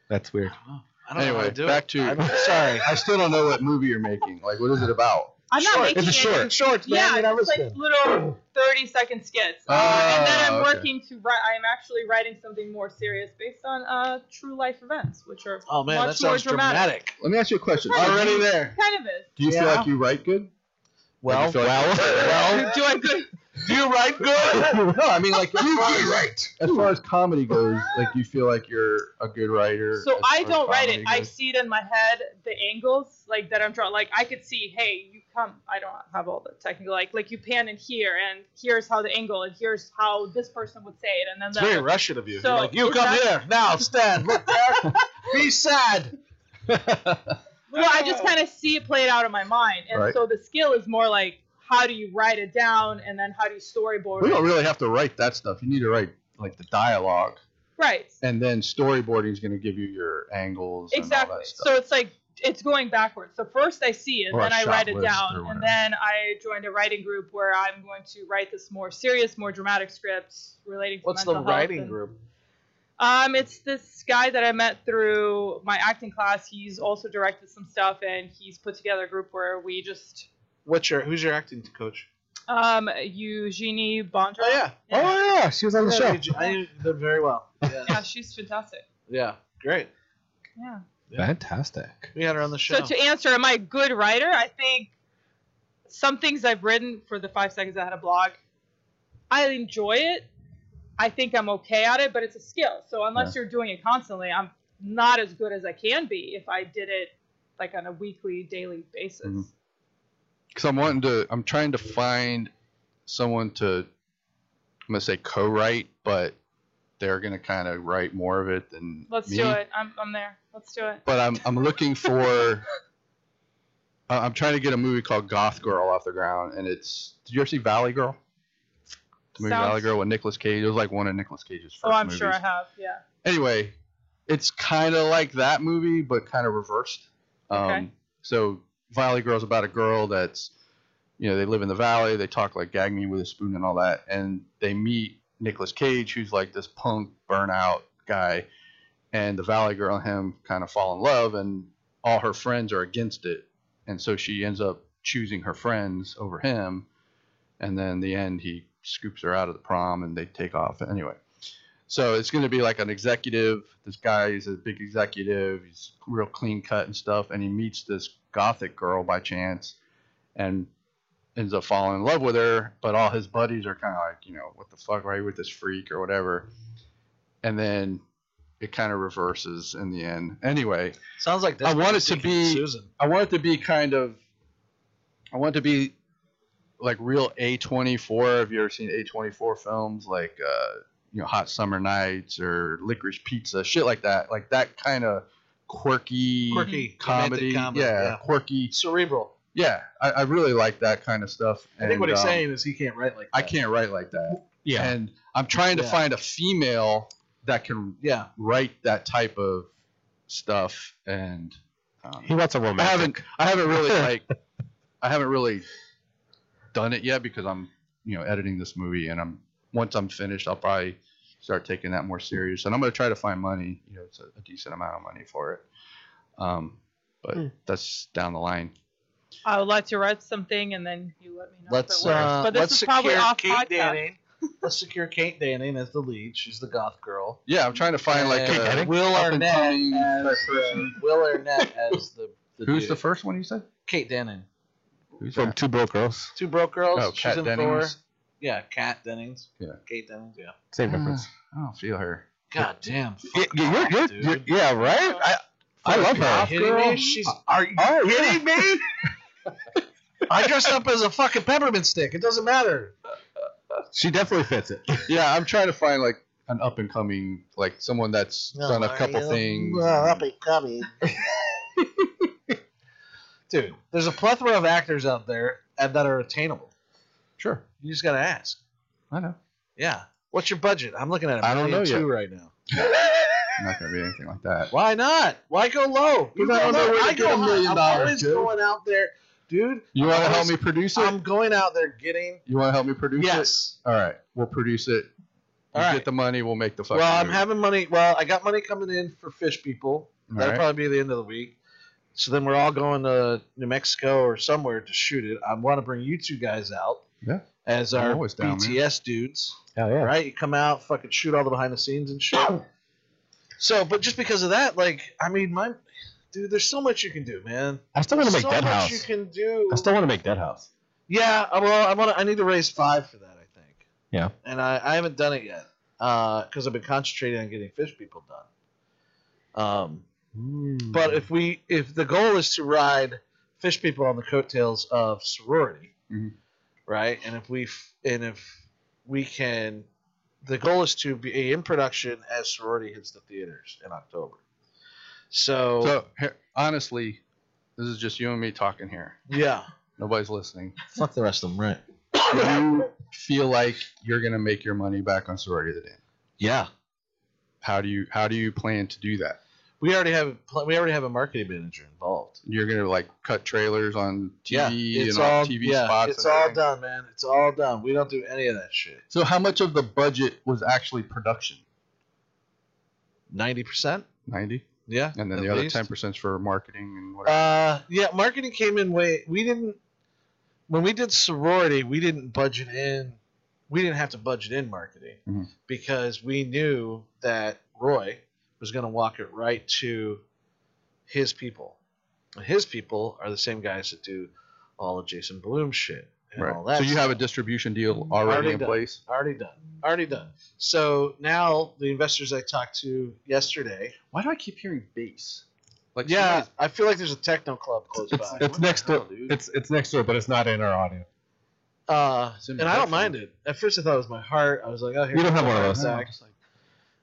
that's (laughs) weird. I don't know how Anyway, to do back it. to- I'm sorry. (laughs) I still don't know what movie you're making. Like, what is it about? I'm not making It's a any- short. Shorts, man. Yeah, they never it's like spin. little 30 second skits. Uh, Ah, and then I'm okay. working to write, I'm actually writing something more serious based on uh, true life events, which are Oh man, much that more sounds dramatic. Let me ask you a question. Already there. Kind of is. Do you feel Yeah. like you write good? Well, Like, you feel (laughs) like- well, Do I good? do you write good? (laughs) (laughs) no, I mean like (laughs) you write. As far as comedy goes, like do you feel like you're a good writer. So as I far as don't write comedy it. I goes? see it in my head, the angles like that I'm drawing. Like I could see, hey, you come. I don't have all the technical like like you pan in here, and here's how the angle, and here's how this person would say it, and then It's that- very Russian of you. So, You're like, you is come that- here now, stand, (laughs) look there, be sad. Well, I just kind of see it played out in my mind, and Oh. Right. so the skill is more like how do you write it down, and then how do you storyboard we it? don't really have to write that stuff. You need to write like the dialogue, Right. and then storyboarding is going to give you your angles. and all that Exactly. stuff. So it's like it's going backwards. So first I see it, Or a then I shot write it list down, or and whatever. then I joined a writing group where I'm going to write this more serious, more dramatic script relating to What's the mental health writing and- group? Um, it's this guy that I met through my acting class. He's also directed some stuff, and he's put together a group where we just What's your who's your acting coach? um Eugenie Bondra. Oh yeah, Oh yeah, she was on the Yeah, show. you- I knew them very well. Yeah. yeah, she's fantastic. Yeah, great. Yeah. Fantastic. We had her on the show. So to answer, am I a good writer? I think some things I've written for the five seconds I had a blog, I enjoy it. I think I'm okay at it, but it's a skill. So unless you're doing it constantly, I'm not as good as I can be if I did it like on a weekly, daily basis. Mhm. because I'm wanting to. I'm trying to find someone to. I'm gonna say co-write, but they're gonna kind of write more of it than Let's me. do it. I'm, I'm there. Let's do it. But I'm I'm looking for. (laughs) I- I'm trying to get a movie called Goth Girl off the ground, and it's. Did you ever see Valley Girl? The movie Valley Sounds- Girl with Nicolas Cage. It was like one of Nicolas Cage's first Oh, I'm movies. sure I have. Yeah. anyway, it's kind of like that movie, but kind of reversed. Um, Okay. So, Valley Girl's about a girl that's, you know, they live in the valley. They talk like gag me with a spoon and all that. And they meet Nicolas Cage, who's like this punk burnout guy. And the Valley Girl and him kind of fall in love, and all her friends are against it. And so she ends up choosing her friends over him. And then in the end, he scoops her out of the prom and they take off. Anyway. So it's going to be like an executive. This guy is a big executive. He's real clean cut and stuff. And he meets this gothic girl by chance and ends up falling in love with her. But all his buddies are kind of like, you know, what the fuck? Why are you with this freak or whatever? And then it kind of reverses in the end. Anyway, Sounds like this. I want could it to Deacon be- Susan. I want it to be kind of. I want it to be like real A24. Have you ever seen A24 films like, uh, you know, Hot Summer Nights or Licorice Pizza, shit like that? Like that kind of quirky, Quirky romantic comedy. comedy, yeah, yeah. quirky. cerebral. Yeah, I, I really like that kind of stuff. I think what and, he's um, saying is he can't write like. I that. can't write like that. Yeah. And I'm trying to Yeah. find a female that can Yeah. write that type of stuff and. Um, He wants a I romantic. haven't I haven't (laughs) really like I haven't really done it yet because I'm you know editing this movie and I'm once I'm finished I'll probably start taking that more serious and I'm gonna try to find money you know it's a, a decent amount of money for it um but Hmm. that's down the line I'll let you write something and then you let me know. Let's, if it works. uh, but this let's is probably secure off Kate podcast. Danning. let's secure Kate Danning as the lead. She's the goth girl. yeah I'm trying to find like uh, And a, Will up and Arnett coming as the, Will Arnett as the, the who's dude. the first one you said Kate Danning. who's From that? Two Broke Girls. Two broke girls. oh she's Kat in Dennings Thor. Yeah, Kat Dennings. Yeah. Kate Dennings. Yeah. Same Ah, reference. I don't feel her God damn. Yeah, fuck you're- off, you're- dude. you're- yeah, right? I, I love Fuck you. her. Are you kidding girl. me? She's. are you Oh, yeah. kidding me? I dressed up as a fucking peppermint stick. It doesn't matter. (laughs) She definitely fits it. yeah I'm trying to find like an up and coming like someone that's done a couple things and- Dude, there's a plethora of actors out there and that are attainable. Sure, You just gotta ask. I know. Yeah. What's your budget? I'm looking at a I don't million know yet. two right now. I'm not gonna be anything like that. Why not? Why go low? Because I don't know where to I get go a high. million I'm dollars, always Joe. going out there, dude. You want to I'm help me produce it? I'm going out there getting. you want to help me produce it? Yes. All right, we'll produce it. You All get right. the money. We'll make the fucking. Well, I'm movie. having money. Well, I got money coming in for fish people. All That'll right. probably be the end of the week. So then we're all going to New Mexico or somewhere to shoot it. I want to bring you two guys out. Yeah. As I'm our always down, man. BTS dudes. Hell yeah. right? You come out, fucking shoot all the behind the scenes and shit. (coughs) so, but just because of that, like, I mean, my dude, there's so much you can do, man. I still want to make so Dead much House. you can do. I still want to make Dead House. yeah, I- well, I want. to I need to raise five for that, I think. Yeah. And I, I haven't done it yet because I've been concentrating on getting fish people done. Um, Mm. but if we, if the goal is to ride fish people on the coattails of sorority, Mhm. right? And if we, f- and if we can, the goal is to be in production as sorority hits the theaters in October. So, So here, honestly, this is just you and me talking here. yeah, (laughs) Nobody's listening. fuck the rest of them, right? Do you feel like you're gonna make your money back on sorority of the day? Yeah, How do you How do you plan to do that? we already have a pl- we already have a marketing manager involved. You're gonna like cut trailers on TV yeah, it's and all on TV yeah, spots. It's and all everything? done, man. It's all done. We don't do any of that shit. So how much of the budget was actually production? Ninety percent. Ninety, Yeah, and then at the other least. ten percent for marketing and whatever. Uh, yeah, marketing came in way we didn't. When we did sorority, we didn't budget in. We didn't have to budget in marketing Mhm. because we knew that Roy was going to walk it right to his people. And his people are the same guys that do all of Jason Bloom shit and all Right. that. So you stuff. have a distribution deal already Already in done. place. already done, already done. So now the investors I talked to yesterday, Why do I keep hearing bass? Like yeah, (laughs) I feel like there's a techno club close It's, by. it's next hell, door. dude? It's it's next door, but it's not in our audience. Uh, It's in and I don't Bedford. mind it. At first, I thought it was my heart. I was like, oh, here You don't have one of those. somebody- Zach.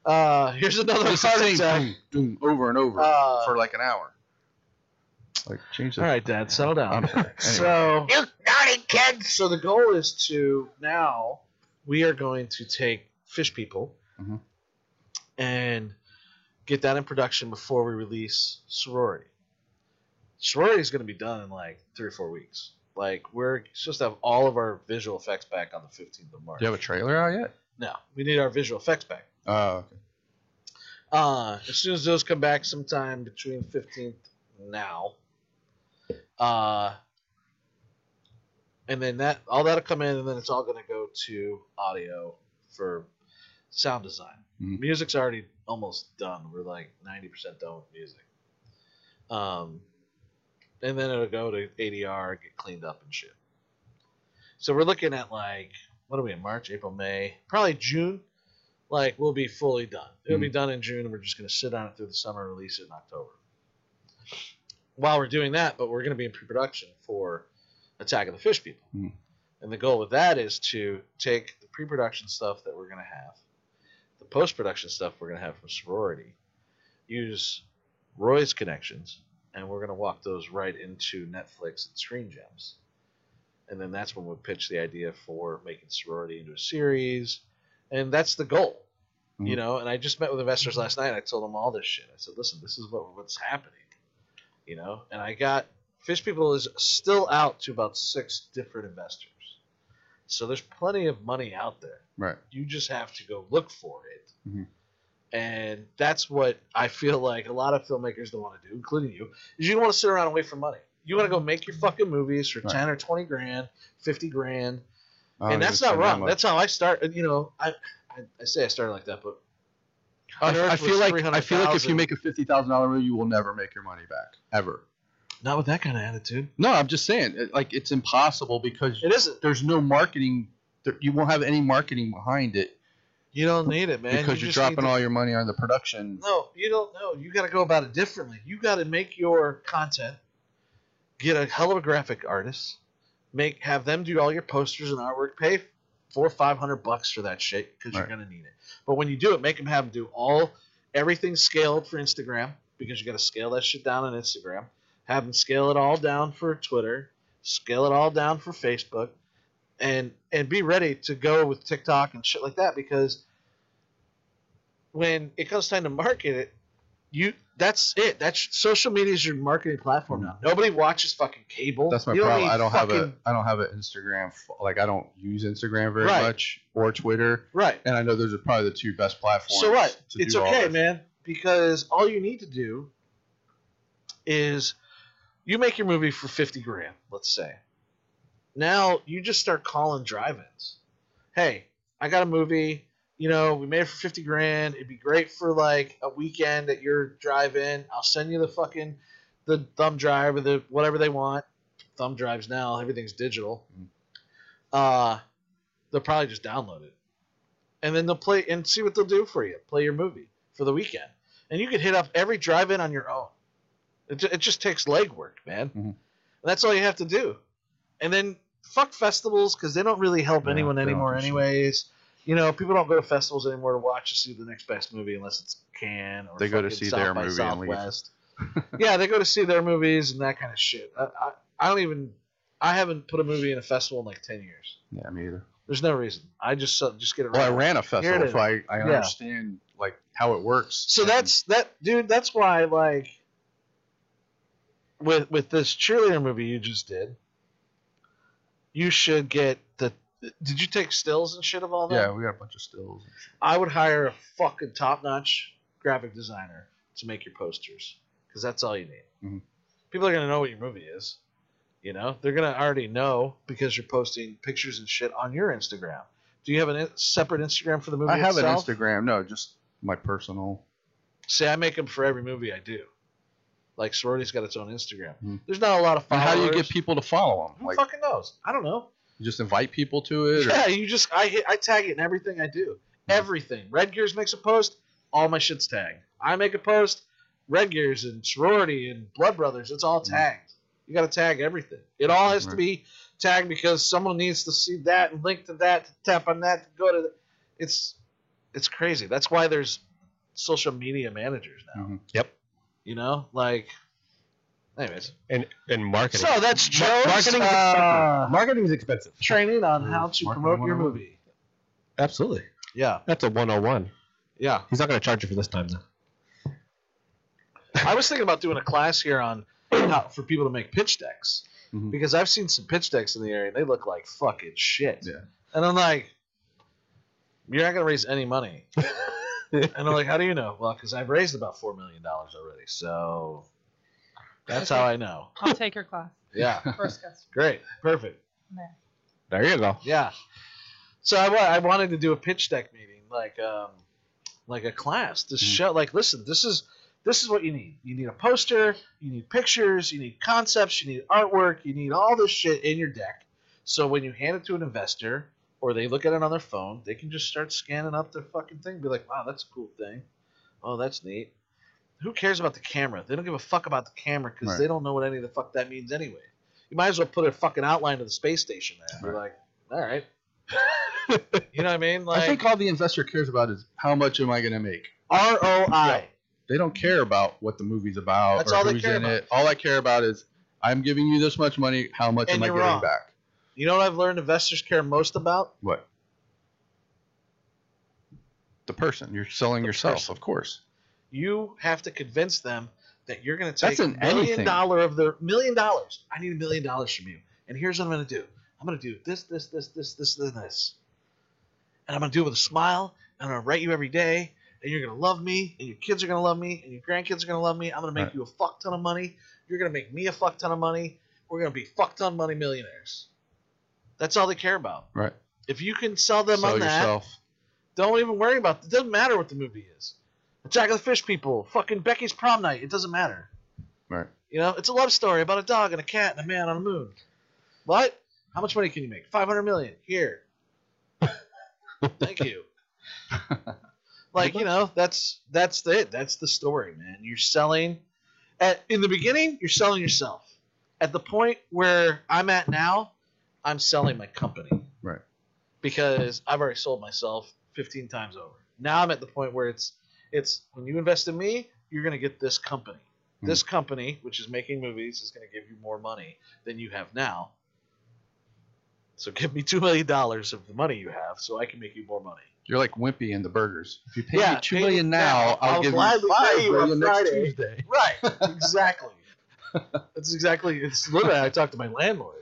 Uh, here's another It's the heart same attack. doom, doom, over and over Uh, for like an hour. Like change the. All right, Dad, settle down. (laughs) I'm sorry. Anyway. So you naughty kids. So the goal is to now we are going to take Fish People Mhm. and get that in production before we release Sorority. Sorority is going to be done in like three or four weeks. Like we're supposed to have all of our visual effects back on the fifteenth of March. do you have a trailer out yet? no, we need our visual effects back. Uh, Uh, as soon as those come back sometime between 15th now. Uh, and then that all that'll come in and then it's all going to go to audio for sound design. Mhm. Music's already almost done. We're like 90% done with music. Um, and then it'll go to ADR, get cleaned up and shit. So we're looking at like what are we in March, April, May, probably June. Like we'll be fully done. It'll be done in June, and we're just gonna sit on it through the summer and release it in October. While we're doing that, but we're gonna be in pre-production for Attack of the Fish People, Mm. and the goal with that is to take the pre-production stuff that we're gonna have, the post-production stuff we're gonna have from Sorority, use Roy's connections, and we're gonna walk those right into Netflix and Screen Gems and then that's when we pitch the idea for making sorority into a series and that's the goal you Mhm. know and i just met with investors last night i told them all this shit i said listen this is what what's happening you know and i got fish people is still out to about six different investors so there's plenty of money out there right. you just have to go look for it. Mhm. And that's what I feel like a lot of filmmakers don't want to do, including you, is you don't want to sit around and wait for money. You want to go make your fucking movies for Right. 10 or 20 grand, 50 grand. I don't and that's not even spend wrong. much. that's how I start. You know, I, I, I say I started like that, but I, On Earth I feel was like I feel like if you 300,000. make a fifty thousand dollar movie, you will never make your money back ever. not with that kind of attitude. No, I'm just saying, it- like it's impossible because It isn't. there's no marketing. There, you won't have any marketing behind it You don't need it, man. because you you're just need dropping to- all your money on the production. No, you don't know. You got to go about it differently. You got to make your content, get a hell of a graphic artist, make have them do all your posters and artwork. Pay four or five hundred bucks for that shit because Right. you're gonna need it. But when you do it, make them have them do all everything scaled for Instagram because you got to scale that shit down on Instagram. Have them scale it all down for Twitter, scale it all down for Facebook, and and be ready to go with TikTok and shit like that because when it comes time to market it, you that's it. That's social media is your marketing platform now. Nobody watches fucking cable. Mm. That's my You problem. need I don't have a fucking- I don't have an Instagram. f- Like I don't use Instagram very Right. much or Twitter. right. And I know those are probably the two best platforms. So what? to It's do all okay, this. man, because all you need to do is you make your movie for 50 grand, let's say. Now you just start calling drive-ins. Hey, I got a movie, you know, we made it for 50 grand. It'd be great for like a weekend at your drive-in. I'll send you the fucking the thumb drive or the whatever they want. Thumb drives now, everything's digital. Mm. Uh they'll probably just download it and then they'll play and see what they'll do for you. Play your movie for the weekend, and you could hit up every drive-in on your own. It, ju- it just takes legwork, man. Mhm. And that's all you have to do. And then fuck festivals because they don't really help Yeah, anyone they don't anymore, do shit. anyways. You know, people don't go to festivals anymore to watch to see the next best movie unless it's Cannes or They go to fucking see South their by movie and leave. (laughs) Southwest. yeah, they go to see their movies and that kind of shit. I, I, I don't even. I haven't put a movie in a festival in like ten years. Yeah, me either. There's no reason. I just just get it. Well, I right. ran a Here festival, it so I, I Yeah. understand like how it works. So And that's that, dude. That's why, like, with with this cheerleader movie you just did, you should get the. Did you take stills and shit of all that? yeah, we got a bunch of stills. I would hire a fucking top notch graphic designer to make your posters because that's all you need. Mhm. People are gonna know what your movie is. You know, they're gonna already know because you're posting pictures and shit on your Instagram. Do you have a separate Instagram for the movie? I have itself? an Instagram. No, just my personal. See, I make them for every movie I do. Like sorority's got its own Instagram. Mhm. There's not a lot of And followers. how do you get people to follow them? Who Like, fucking knows? I don't know. you just invite people to it? Or, Yeah, you just I hit, I tag it in everything I do. Everything. Red Gears makes a post, all my shit's tagged. I make a post, Red Gears and sorority and Blood Brothers, it's all tagged. You got to tag everything. It all has to Right. be tagged because someone needs to see that and link to that, to tap on that, to go to. The, it's it's crazy. That's why there's social media managers now. Mhm. Yep. You know, like. Anyways, And and marketing. so that's Joe's marketing is uh, expensive. Marketing is expensive. training on how to Marketing promote your 101. movie. Absolutely. Yeah, That's a 101. yeah. He's not going to charge you for this time, though. I was thinking about doing a class here on how, for people to make pitch decks Mhm. because I've seen some pitch decks in the area and they look like fucking shit. Yeah. And I'm like, you're not gonna raise any money. and I'm like, how do you know? Well, because I've raised about four million dollars already, so that's how I know. uh, I'll take (laughs) your class. Yeah. First customer. Great. Perfect. There. There you go. Yeah. So I, wa- I wanted to do a pitch deck meeting, like um, like a class to show, like, listen, this is this is what you need. You need a poster, you need pictures, you need concepts, you need artwork, you need all this shit in your deck. So when you hand it to an investor or they look at it on their phone, they can just start scanning up their fucking thing, and be like, wow, that's a cool thing. Oh, that's neat. Who cares about the camera? They don't give a fuck about the camera because Right. they don't know what any of the fuck that means anyway. You might as well put a fucking outline of the space station there. and be like, all right. (laughs) you know what I mean? Like I think all the investor cares about is how much am I going to make? ROI. They don't care about what the movie's about That's or all they who's care in about. it. All I care about is I'm giving you this much money. How much And am I you're getting wrong. back? You know what I've learned investors care most about? What? The person. You're selling yourself, person. of course. You have to convince them that you're going to take That's in million anything. dollar of their million dollars. I need a million dollars from you. And here's what I'm going to do. I'm going to do this, this, this, this, this, and this. And I'm going to do it with a smile. And I'm going to write you every day. And you're going to love me. And your kids are going to love me. And your grandkids are going to love me. I'm going to make Right. you a fuck ton of money. You're going to make me a fuck ton of money. We're going to be fuck ton money millionaires. That's all they care about. Right. If you can sell them Sell on that, yourself. don't even worry about it. doesn't matter what the movie is. Attack of the Fish People, fucking Becky's prom night. It doesn't matter. Right. You know, it's a love story about a dog and a cat and a man on a moon. What? How much money can you make? Five hundred million. Here. (laughs) Thank you. like you know, that's that's it. That's the story, man. You're selling. At in the beginning, you're selling yourself. At the point where I'm at now, I'm selling my company. Right. Because I've already sold myself 15 times over. Now I'm at the point where it's it's when you invest in me, you're gonna get this company. This company, which is making movies, is gonna give you more money than you have now. So give me two million dollars of the money you have, so I can make you more money. You're like Wimpy in the burgers. If you pay Yeah, me two pay me million now. now, I'll, I'll give you gladly five pay you on million next Friday. Tuesday. (laughs) Right. Exactly. That's exactly. It's literally. I talked to my landlord.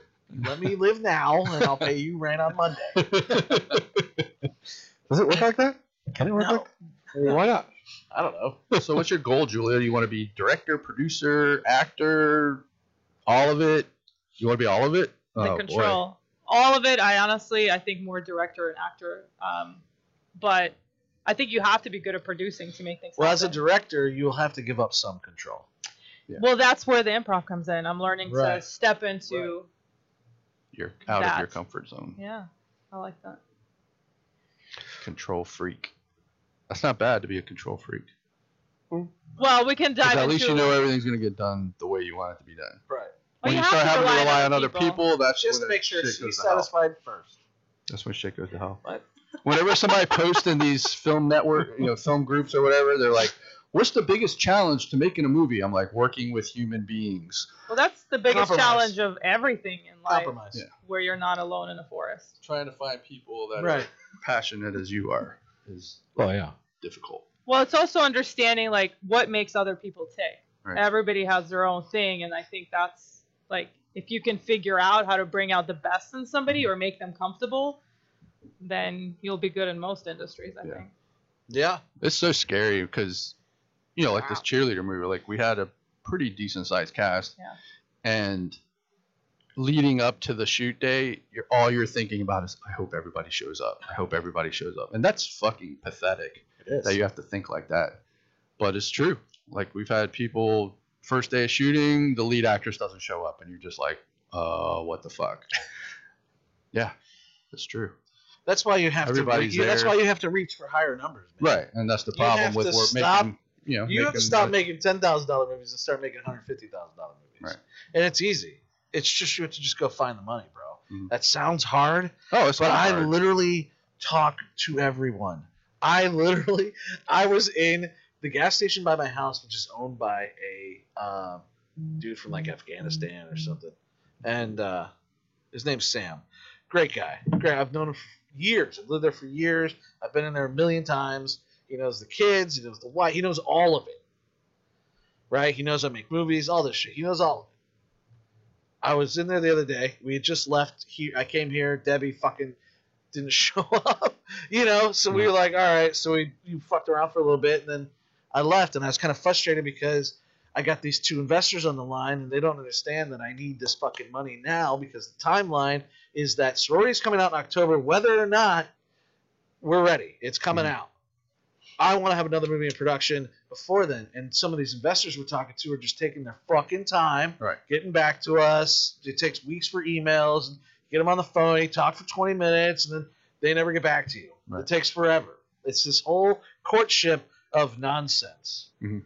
Let me live now, and I'll pay you rent on Monday. Does it work like that? Can it work No, like that? Why not? I don't know. (laughs) so what's your goal, Julia? Do you want to be director, producer, actor, all of it? You want to be all of it? The Oh, boy. control. All of it. I honestly, I think more director and actor. Um, but I think you have to be good at producing to make things. Well, as a happen. director, you'll have to give up some control. well, that's where the improv comes in. I'm learning to Right. step into. You're out of your That. comfort zone. Yeah, I like that. Control freak. That's not bad to be a control freak. Well, we can 'Cause dive at least into. you know everything's gonna get done the way you want it to be done. Right. when Well, you have start having to rely on other people, that's Just when make sure shit goes she's to hell. satisfied first. That's when shit goes to hell. What? Whenever somebody posts in these film network, you know, film groups or whatever, they're like, "What's the biggest challenge to making a movie?" I'm like, "Working with human beings." Well, that's the biggest Compromise. challenge of everything in life, Compromise. Yeah. where you're not alone in a forest. Trying to find people that Right. passionate as you are is Oh, yeah. difficult. Well, it's also understanding like what makes other people tick. Right. Everybody has their own thing, and I think that's like if you can figure out how to bring out the best in somebody or make them comfortable, then you'll be good in most industries. I Yeah. think. Yeah. It's so scary because, you know, like this Wow. cheerleader movie, like we had a pretty decent sized cast, Yeah. and leading up to the shoot day, you're all you're thinking about is, "I hope everybody shows up. I hope everybody shows up," and that's fucking pathetic. It (laughs) is. that you have to think like that. But it's true. Like we've had people first day of shooting, the lead actress doesn't show up, and you're just like, uh, what the fuck? (laughs) yeah, that's true. That's why you have Everybody's to. You, that's there. why you have to reach for higher numbers. man. Right, and that's the You problem have with to we're stop- making. You, know, You have to making- stop making ten thousand dollar movies and start making hundred fifty thousand dollar movies. Right. And it's easy. It's just you have to just go find the money, bro. Mhm. That sounds hard, Oh, it's but not I hard. literally talk to everyone. I (laughs) literally, I was in the gas station by my house, which is owned by a um, dude from like Afghanistan or something, and uh, his name's Sam. Great guy. Great. I've known him for years. I've lived there for years. I've been in there a million times. He knows the kids. He knows the wife. He knows all of it. Right? He knows I make movies. All this shit. He knows all of it. I was in there the other day. We had just left here. I came here. Debbie fucking didn't (laughs) show up. You know, so we were like, all right. So we you fucked around for a little bit, and then I left, and I was kind of frustrated because I got these two investors on the line, and they don't understand that I need this fucking money now because the timeline is that sorority's coming out in October, whether or not we're ready. It's coming out. I want to have another movie in production before then. And some of these investors we're talking to are just taking their fucking time, Right. getting back to us. It takes weeks for emails. And get them on the phone. You talk for 20 minutes, and then they never get back to you. Right. It takes forever. It's this whole courtship of nonsense. Mhm.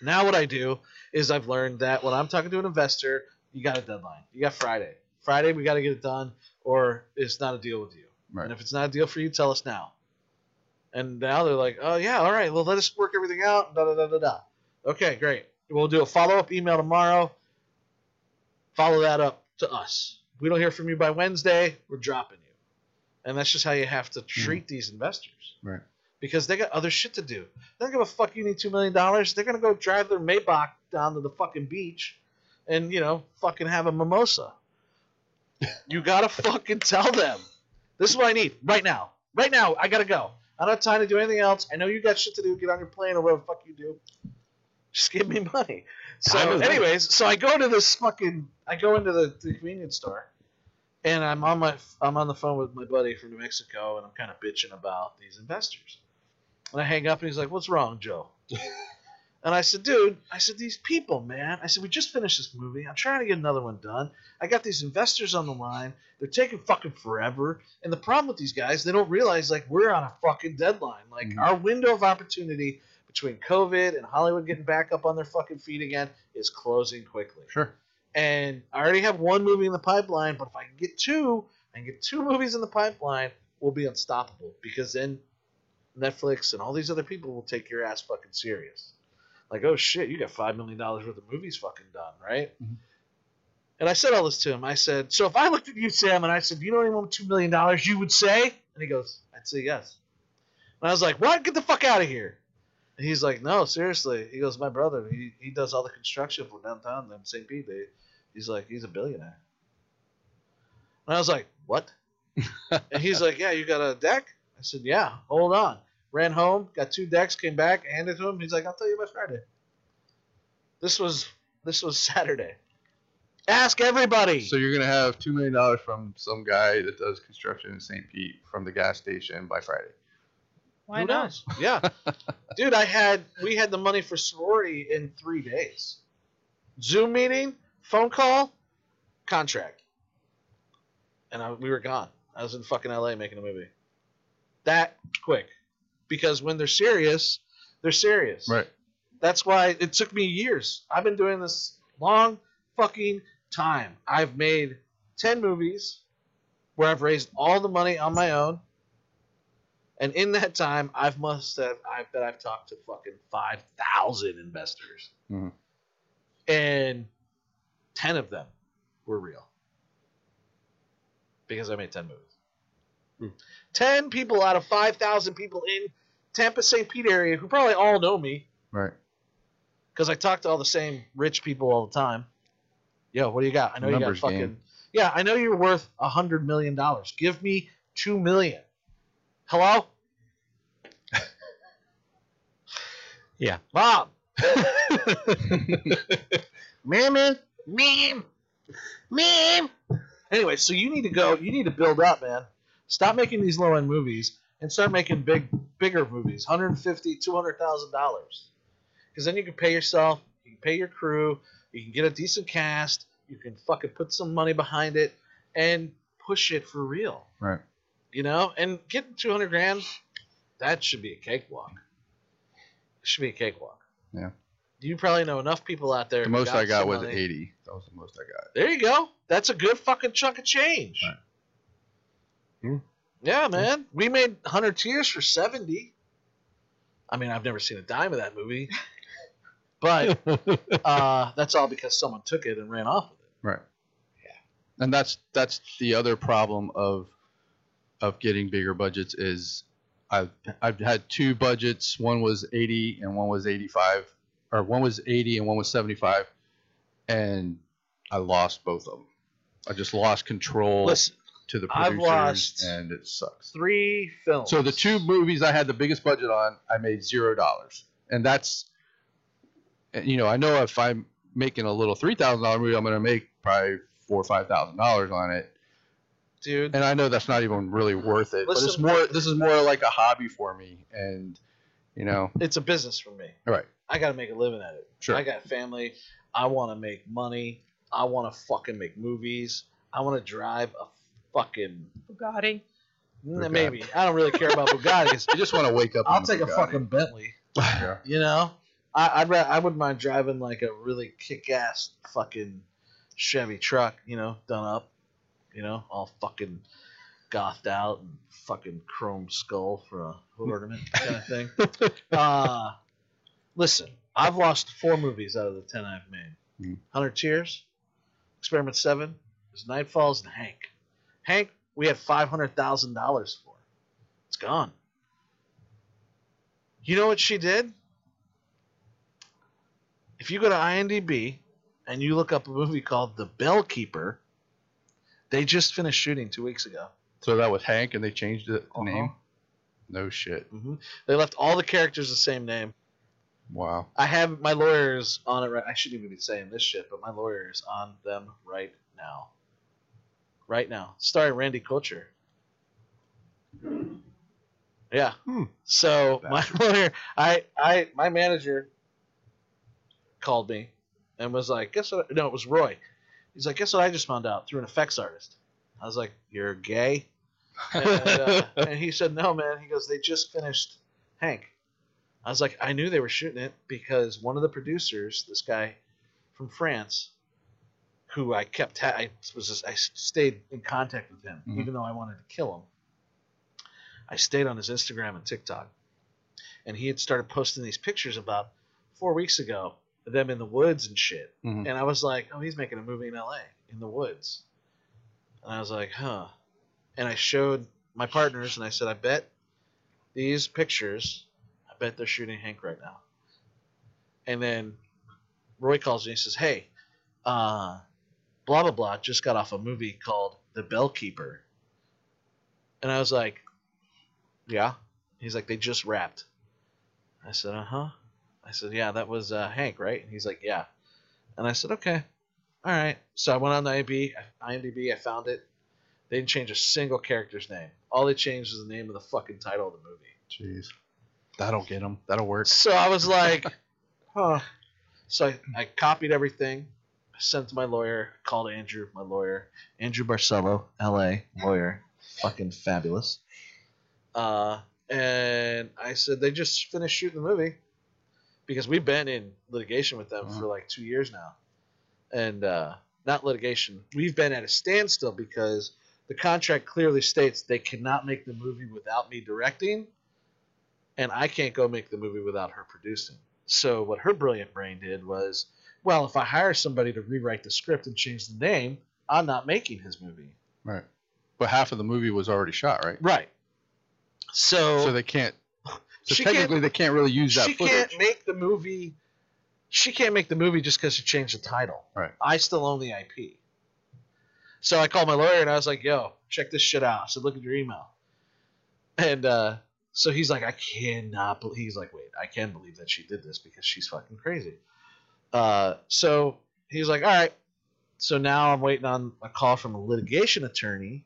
Now, what I do is I've learned that when I'm talking to an investor, you got a deadline. You got Friday. Friday, we got to get it done, or it's not a deal with you. Right. And if it's not a deal for you, tell us now. And now they're like, oh, yeah, all right, well, let us work everything out. Da, da, da, da, da. Okay, great. We'll do a follow up email tomorrow. Follow that up to us. If we don't hear from you by Wednesday, we're dropping you. And that's just how you have to treat these investors. Right. Because they got other shit to do. They don't give a fuck you need $2 million. They're going to go drive their Maybach down to the fucking beach and, you know, fucking have a mimosa. you got to fucking tell them. This is what I need right now. Right now, I gotta go. I don't have time to do anything else. I know you got shit to do. Get on your plane or whatever the fuck you do. Just give me money. So, Time is money. anyways, so I go to this fucking. I go into the, the convenience store, and I'm on my. I'm on the phone with my buddy from New Mexico, and I'm kind of bitching about these investors. And I hang up, and he's like, "What's wrong, (laughs) Joe?" and I said, "Dude, I said these people, man. I said we just finished this movie. I'm trying to get another one done. I got these investors on the line. They're taking fucking forever. And the problem with these guys, they don't realize like we're on a fucking deadline. Like Mhm. our window of opportunity between COVID and Hollywood getting back up on their fucking feet again is closing quickly. Sure. And I already have one movie in the pipeline, but if I can get two, I can get two movies in the pipeline, we'll be unstoppable because then Netflix and all these other people will take your ass fucking serious. Like, oh shit, you got five million dollars worth of movies fucking done, right? Mhm. And I said all this to him. I said, so if I looked at you, Sam, and I said, you know anyone with two million dollars you would say? And he goes, I'd say yes. And I was like, what? Get the fuck out of here. And he's like, no, seriously. He goes, my brother, he, he does all the construction for downtown in St. Pete. They, he's like, he's a billionaire. And I was like, what? and he's like, yeah, you got a deck? I said, yeah, hold on. Ran home, got two decks, came back, handed to him. He's like, I'll tell you about Friday. This was this was Saturday. Ask everybody. So you're gonna have two million dollars from some guy that does construction in St. Pete from the gas station by Friday. Why Who not? knows? Yeah, dude, I had we had the money for sorority in three days. Zoom meeting, phone call, contract, and I, we were gone. I was in fucking LA making a movie. That quick, because when they're serious, they're serious. Right. That's why it took me years. I've been doing this long fucking time. I've made 10 movies where I've raised all the money on my own. And in that time, I've must have, I bet I've talked to fucking 5,000 investors. Mhm. And 10 of them were real. Because I made 10 movies. 10 people out of 5,000 people in Tampa St. Pete area who probably all know me Right. because I talk to all the same rich people all the time. Yo, what do you got? I know you got Numbers fucking. game. Yeah, I know you're worth a hundred million dollars. Give me two million. (laughs) Hello. yeah, (laughs) Bob. man, man, man, man. Anyway, so you need to go. You need to build up, man. Stop making these low end movies and start making big, bigger movies. 150 dollars because then you can pay yourself. You can pay your crew. You can get a decent cast. You can fucking put some money behind it and push it for real. Right. You know, and getting 200 grand, that should be a cakewalk. It should be a cakewalk. Yeah. You probably know enough people out there. The who most I got some was money. 80. That was the most I got. There you go. That's a good fucking chunk of change. Right. Hmm. Yeah, man. We made 100 Tears for 70. I mean, I've never seen a dime of that (laughs) movie. But uh, that's all because someone took it and ran off with it. Right. Yeah. And that's that's the other problem of of getting bigger budgets is I've I've had two budgets. One was 80 and one was 85, or one was 80 and one was 75, and I lost both of them. I just lost control Listen, to the I've producers, lost- and it sucks. three films. So the two movies I had the biggest budget on, I made zero dollars, and that's, and, you know, I know if I'm making a little three thousand dollar movie, I'm going to make probably four or five thousand dollars on it, dude. and I know that's not even really worth it. but it's Listen- more, this is more like a hobby for me, and you know, It's a business for me. all right, I got to make a living at it. sure, I got family. I want to make money. I want to fucking make movies. I want to drive a fucking Bugatti. Nah, Bugatti. maybe. I don't really care about Bugattis. I just want to wake up. I'll in the take a Bugatti. fucking Bentley. Yeah. You know, I, I'd ra- I wouldn't mind driving like a really kick-ass fucking Chevy truck. You know, done up. You know, all fucking gothed out and fucking chrome skull for a hood ornament kind of thing. Uh, listen, I've lost four movies out of the ten I've made. Mm. Hundred Tears, Experiment Seven, is Night Falls, and Hank. Hank, we had five hundred thousand dollars for. It's gone. You know what she did? If you go to IMDb and you look up a movie called The Bellkeeper, they just finished shooting two weeks ago. So that was Hank, and they changed the the Uh-huh. name. No shit. hmm They left all the characters the same name. Wow. I have my lawyers on it right. I shouldn't even be saying this shit, but my lawyer is on them right now. Right now, starring Randy Culture. Yeah. Hmm. So my lawyer, I, I, my manager called me and was like, "Guess what?" No, it was Roy. He's like, "Guess what?" I just found out through an effects artist. I was like, "You're gay," and, uh, and he said, "No, man." He goes, "They just finished Hank." I was like, I knew they were shooting it because one of the producers, this guy from France, who I kept, ha- I was, just, I stayed in contact with him, Mhm. even though I wanted to kill him. I stayed on his Instagram and TikTok, and he had started posting these pictures about four weeks ago, of them in the woods and shit. Mhm. And I was like, oh, he's making a movie in L.A. in the woods, and I was like, huh. And I showed my partners, and I said, I bet these pictures I bet they're shooting Hank right now. And then Roy calls me and says, Hey, uh, blah, blah, blah, just got off a movie called The Bellkeeper. And I was like, Yeah. He's like, They just wrapped. I said, Uh huh. I said, Yeah, that was uh, Hank, right? And he's like, Yeah. And I said, Okay. All right. So I went on IMDb. IMDb, I found it. They didn't change a single character's name. All they changed was the name of the fucking title of the movie. Jeez. That'll get him. That'll work. So I was like, (laughs) huh. So I, I copied everything, sent it to my lawyer, called Andrew, my lawyer, Andrew Barcelo, LA lawyer, fucking fabulous. Uh, and I said, they just finished shooting the movie because we've been in litigation with them for like two years now. And uh, not litigation, we've been at a standstill because the contract clearly states they cannot make the movie without me directing and I can't go make the movie without her producing. So what her brilliant brain did was, well, if I hire somebody to rewrite the script and change the name, I'm not making his movie. Right. But half of the movie was already shot, right? Right. So, So they can't. So she technically, can't, they can't really use that she footage. can't make the movie. She can't make the movie just because she changed the title. Right. I still own the IP. So I called my lawyer and I was like, "Yo, check this shit out." I said, "Look at your email." And uh, so he's like, "I cannot believe." He's like, "Wait, I can believe that she did this because she's fucking crazy." Uh, so he's like, "All right." So now I'm waiting on a call from a litigation attorney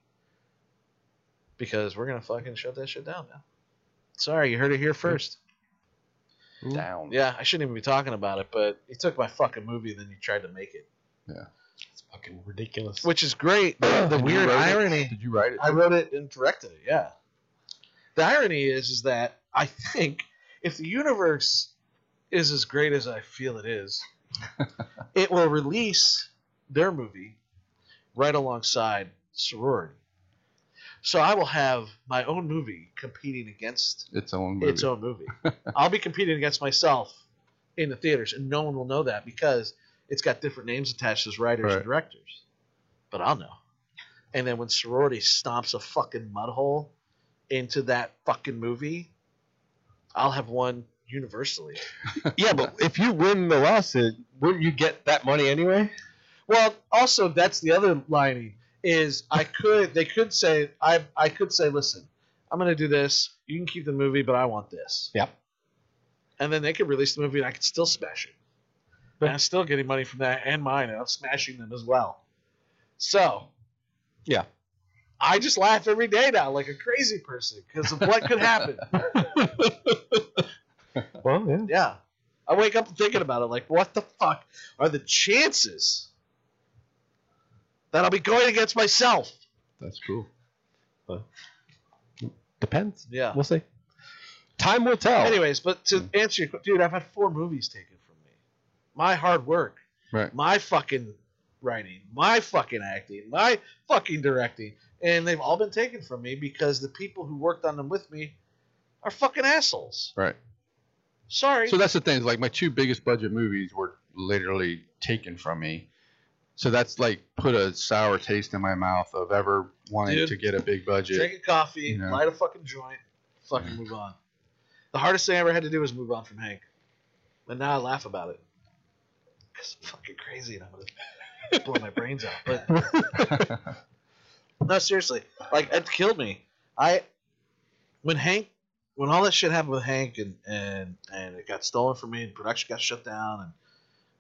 because we're gonna fucking shut that shit down now. Sorry, you heard it here first. down. Yeah, I shouldn't even be talking about it, but you took my fucking movie, then you tried to make it, It's fucking ridiculous. which is great. The, the Did you weird write it? irony. Did you write it? I wrote it and directed it. Yeah. The irony is, is that I think if the universe is as great as I feel it (laughs) is, it will release their movie right alongside Sorority. So I will have my own movie competing against its own movie. its own movie. (laughs) I'll be competing against myself in the theaters, and no one will know that because it's got different names attached as writers Right. and directors. But I'll know. And then when sorority stomps a fucking mud hole into that fucking movie, I'll have won universally. Yeah, but if you win the lawsuit, wouldn't you get that money anyway? Well, also that's the other lining is I could they could say I I could say listen I'm gonna do this you can keep the movie but I want this Yep. and then they could release the movie and I could still smash it but I'm still getting money from that and mine and I'm smashing them as well so Yeah. I just laugh every day now like a crazy person because of what could happen Well, yeah. yeah I wake up thinking about it like what the fuck are the chances that I'll be going against myself That's cool. Depends. Yeah. We'll see. Time will tell. (laughs) Anyways, but to answer your que- dude, I've had four movies taken from me. My hard work, Right. my fucking writing, my fucking acting, my fucking directing, and they've all been taken from me because the people who worked on them with me are fucking assholes. Right. Sorry. So that's the thing. is, Like my two biggest budget movies were literally taken from me. So that's like put a sour taste in my mouth of ever wanting Dude. to get a big budget. Drink a coffee, You know. light a fucking joint, fucking Yeah. move on. The hardest thing I ever had to do was move on from Hank, but now I laugh about it because I'm fucking crazy and I'm gonna (laughs) blow my brains out. But (laughs) No, seriously. Like it killed me. I when Hank when all that shit happened with Hank and and and it got stolen from me and production got shut down and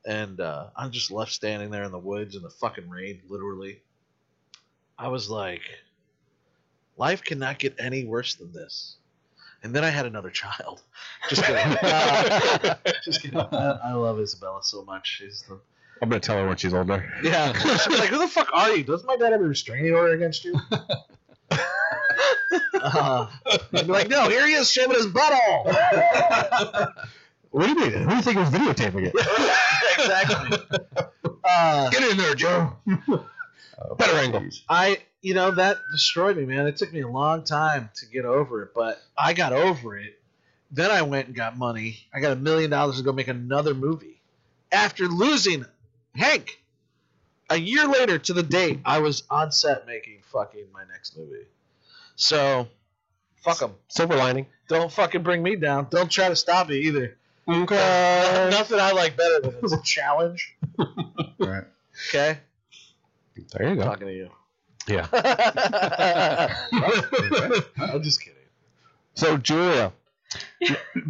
and uh, I'm just left standing there in the woods in the fucking rain, literally. I was like, life cannot get any worse than this. And then I had another (laughs) child. (laughs) Just kidding. just kidding. I, I love Isabella so much. She's the I'm gonna tell her when she's older. (laughs) yeah. She was like, who the fuck are you? Doesn't my dad have a restraining order against (laughs) you? uh, I'd be like, no, here he is shoving his butthole. What do you mean? Who do you think was videotaping it? (laughs) exactly. Uh, Get in there, Joe. (laughs) Better Oh, angle. I, you know, that destroyed me, man. It took me a long time to get over it, but I got over it. Then I went and got money. I got a million dollars to go make another movie. After losing Hank, a year later to the date, I was on set making fucking my next movie. So, fuck them. (laughs) Silver lining. Don't fucking bring me down. Don't try to stop me either. Okay. Nothing I like better than it's a Uh, (laughs) challenge. Right. Okay, There you go. talking to you. Yeah. I'm just (laughs) kidding. So, Julia,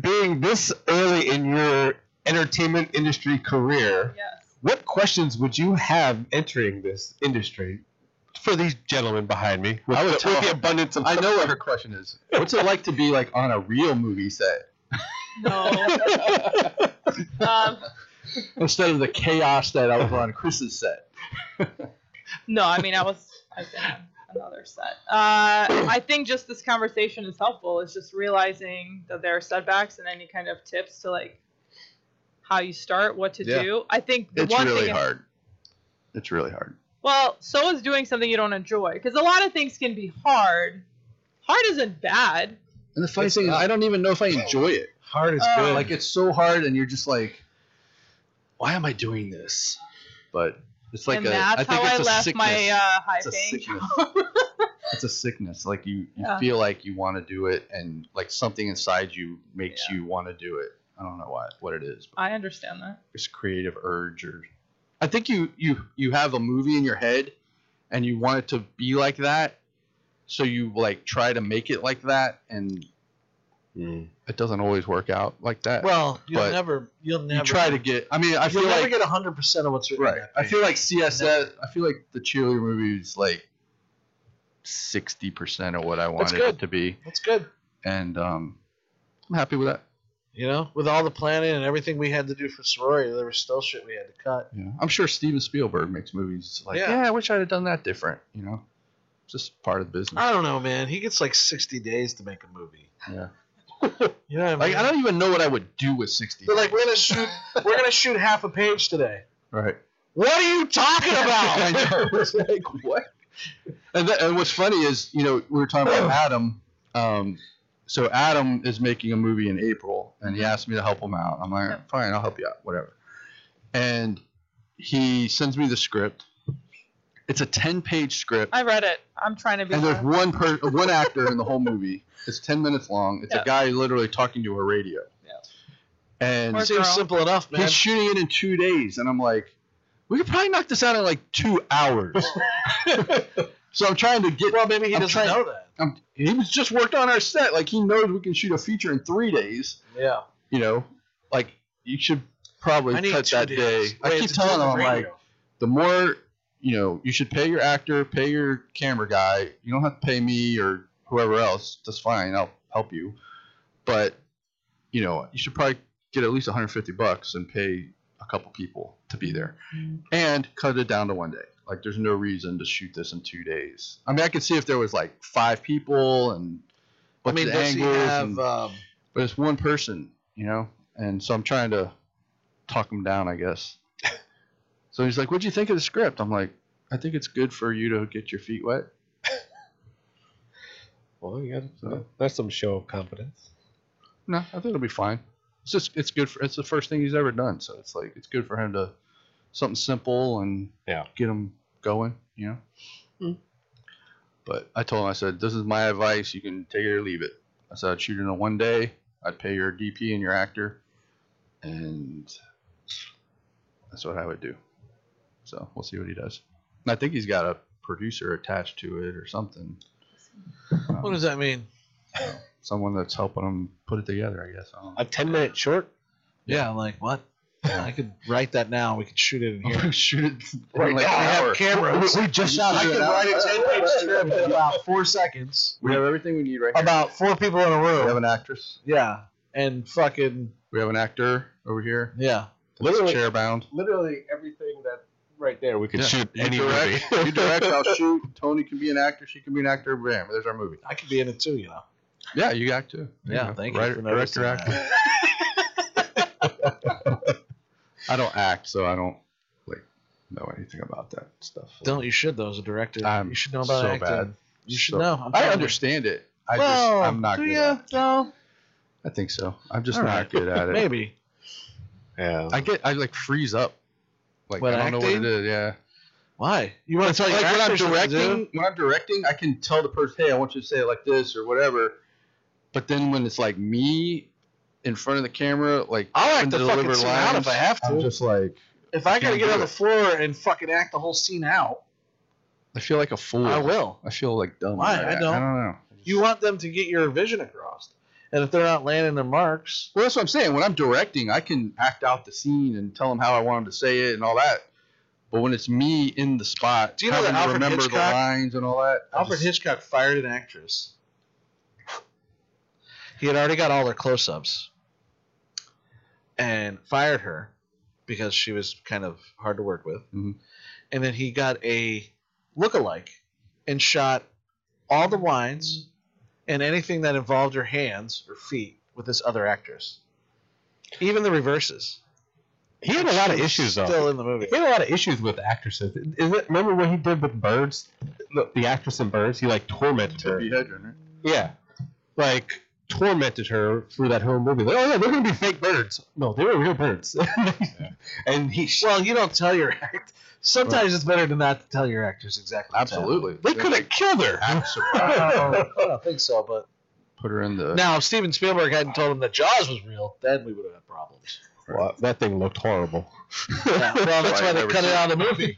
being this early in your entertainment industry career, Yes. what questions would you have entering this industry for these gentlemen behind me? With, I would the, tell with the her- abundance of (laughs) I know what her question is. What's it like to be like on a real movie set No. (laughs) um, instead of the chaos that I was on Chris's set? no, I mean I was I've been on another set. Uh, I think just this conversation is helpful. It's just realizing that there are setbacks and any kind of tips to like how you start, what to Yeah. do. I think the It's one really thing hard. It's really hard. Well, so is doing something you don't enjoy because a lot of things can be hard. Hard isn't bad. And the funny It's thing is, not. I don't even know if I enjoy it. Hard is Uh, good. Like it's so hard, and you're just like, why am I doing this? But it's like and a. that's I think how it's I a left sickness. my uh, high it's a paying sickness. it's a sickness. Like you, you Yeah. feel like you want to do it, and like something inside you makes Yeah. you want to do it. I don't know why, what it is. I understand that. It's creative urge, or I think you you you have a movie in your head, and you want it to be like that, so you like try to make it like that, and Hmm, it doesn't always work out like that. well, you'll but never, you'll never you try to get. I mean, I you'll feel never like get 100 percent of what's written. Right. in that I page. feel like CSS. I feel like the cheerleader movie is like sixty percent of what I wanted good. it to be, that's good. and um, I'm happy with that. You know, with all the planning and everything we had to do for sorority, there was still shit we had to cut. Yeah. I'm sure Steven Spielberg makes movies like, Yeah. yeah. I wish I'd have done that different. You know, it's just part of the business. I don't know, man. He gets like 60 days to make a movie. Yeah. (laughs) You know what I mean? Like I don't even know what I would do with 60. They're like, we're gonna shoot, we're gonna shoot half a page today. right. What are you (laughs) talking I about? know. It's like what? And, th- and what's funny is, you know, we were talking about Adam. Um, so Adam is making a movie in April, and he asked me to help him out. I'm like, fine, I'll help you out, whatever. And he sends me the script. It's a 10-page script, I read it. I'm trying to be. and there's honest. one per- one actor in the whole movie. It's 10 minutes long. It's Yeah. a guy literally talking to a radio. Yeah. And Or Seems girl. simple enough, man. He's shooting it in two days, and I'm like, we could probably knock this out in like two (laughs) hours. so I'm trying to get. Well, maybe he I'm doesn't trying- know that. I'm, he was just worked on our set. Like he knows we can shoot a feature in three days. Yeah. You know, like you should probably I need cut two that days. day. I Wait, keep it's still telling him on I'm the like, radio. the more you know, you should pay your actor, pay your camera guy. You don't have to pay me or whoever else. That's fine. I'll help you. But you know, you should probably get at least 150 bucks and pay a couple people to be there, and cut it down to one day. Like, there's no reason to shoot this in two days. I mean, I could see if there was like five people and I what's mean, the does he angles, have? and- Um, but it's one person, you know, and so I'm trying to talk him down, I guess. so he's like, "What'd you think of the script?" I'm like, "I think it's good for you to get your feet wet." Well, you got that's some show of competence. No, I think it'll be fine. It's just it's good for it's the first thing he's ever done, so it's like it's good for him to something simple and Yeah. get him going, you know. Mm. But I told him, I said, "This is my advice. You can take it or leave it." I said, "I'd shoot it in a one day. I'd pay your DP and your actor, and that's what I would do." So we'll see what he does. And I think he's got a producer attached to it or something. what does that mean? Someone that's helping him put it together, I guess. I don't know. A ten minute short. Yeah, I'm like what? I could write that now. We could shoot it in (laughs) here. (laughs) shoot it in Right like now, an we have hour. cameras. We, we just shot I it. could an hour. write a ten-page script in about four seconds. We have everything we need right here. About four people in a We have room. an actress. Yeah, and fucking We have an actor over here. yeah. That's Literally. chair bound. Literally everything that right there. We could Yeah. shoot You any direct, movie. (laughs) you direct, I'll (laughs) shoot. Tony can be an actor. She can be an actor. Bam, there's our movie. I could be in it too, you know. Yeah, you act too. There Yeah, go. thank you Writer- for director, noticing actor. (laughs) I don't act, so I don't like know anything about that stuff. Don't you should though as a director? I'm you should know about so acting. bad. You should So- know. I'm telling I you. understand it. I Well, just I'm not do good. you? At it. No, I think so. I'm just All not right. good at (laughs) it. maybe. yeah. I get I like freeze up. Like When I don't know acting? what it is. Yeah. Why? You want to tell your like when I'm actors what to do? directing, when I'm directing, I can tell the person, "Hey, I want you to say it like this or whatever." But then when it's like me in front of the camera, like I'll act and the fucking scene out if I have to. I'm just like if I gotta can't get do on the it. floor and fucking act the whole scene out, I feel like a fool. I will. I feel like dumb. Why? Like, I don't. I don't know. You want them to get your vision across, and if they're not landing their marks, Well, that's what I'm saying. When I'm directing, I can act out the scene and tell them how I want them to say it and all that. But when it's me in the spot, Do you know having that to Alfred remember the Hitchcock- lines and all that, I Alfred just- Hitchcock fired an actress. He had already got all their close-ups, and fired her because she was kind of hard to work with. Mm-hmm. Mhm. And then he got a look-alike and shot all the wines and anything that involved her hands or feet with this other actress, even the reverses. he had a lot of She's issues though. Still in the movie. He had a lot of issues with actresses. Is it, remember what he did with Birds, the, the actress in Birds? He like tormented her. Tippi Hedren, right? Yeah, like tormented her through that whole movie. Like, oh yeah, they're gonna be fake birds. No, they were real birds. (laughs) and he, Well, you don't tell your act. Sometimes it's better to not tell your actors exactly. what's Absolutely. they could have killed her. (laughs) happening. I don't think so, but put her in the. now if Steven Spielberg hadn't told him that Jaws was real, then we would have had problems. Well, that thing looked horrible. Yeah, well, (laughs) that's why they Never cut it seen out of the movie.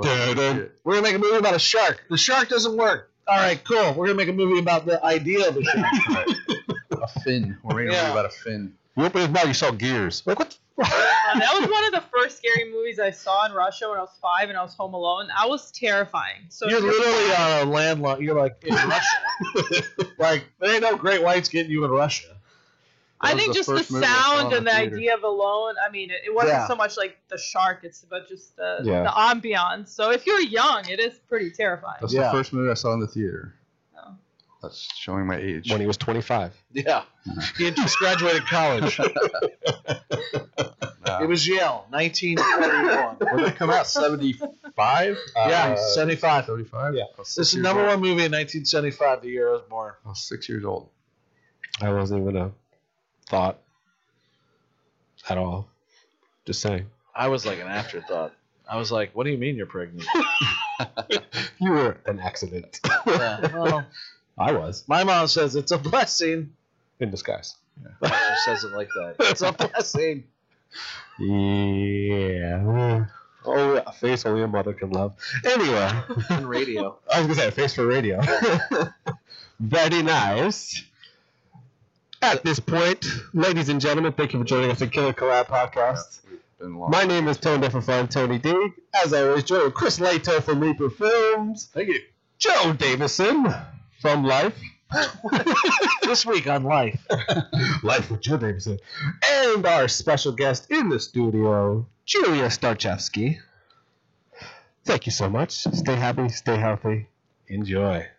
Dun-dun. We're gonna make a movie about a shark. The shark doesn't work. All right, cool. We're gonna make a movie about the idea of a shark. a fin. We're making Yeah. a movie about a fin. You open his mouth, you saw gears. Like what? Uh, that was one of the first scary movies I saw in Russia when I was five and I was home alone. That was terrifying. So You're literally uh, landlocked. You're like in Russia. like there ain't no great whites getting you in Russia. I was think the just the first movie I saw sound in and the the theater. idea of alone. I mean, it, it wasn't Yeah. so much like the shark; it's about just the Yeah. the ambiance. So if you're young, it is pretty terrifying. That's Yeah. the first movie I saw in the theater. Oh. That's showing my age. when he was 25. Yeah. He had just graduated (laughs) college. It was Yale, 1941. when did it come out? (laughs) 75? yeah, Uh, 75. 75? Yeah. This This is the number one movie in 1975, the year I was born. I was six years old. I wasn't even a thought at all. Just saying. I was like an afterthought. I was like, what do you mean you're pregnant? You were an accident. (laughs) (laughs) (laughs) Yeah, well, I was my mom says it's a blessing. in disguise. She says it like that. It's (laughs) a blessing. Yeah. Oh, a face only a mother can love. Anyway, On radio. I was gonna say a face for radio. (laughs) Very nice. At this point, ladies and gentlemen, thank you for joining us at Killer Collab Podcast. Been long. My name is Tone Deaf and Fun Tony D. As always, joined with Chris Lato from Reaper Films. Thank you. Joe Davison from Life. This week on Life. (laughs) Life with Joe Davison. And our special guest in the studio, Julia Starchevsky. Thank you so much. Stay happy, stay healthy, enjoy.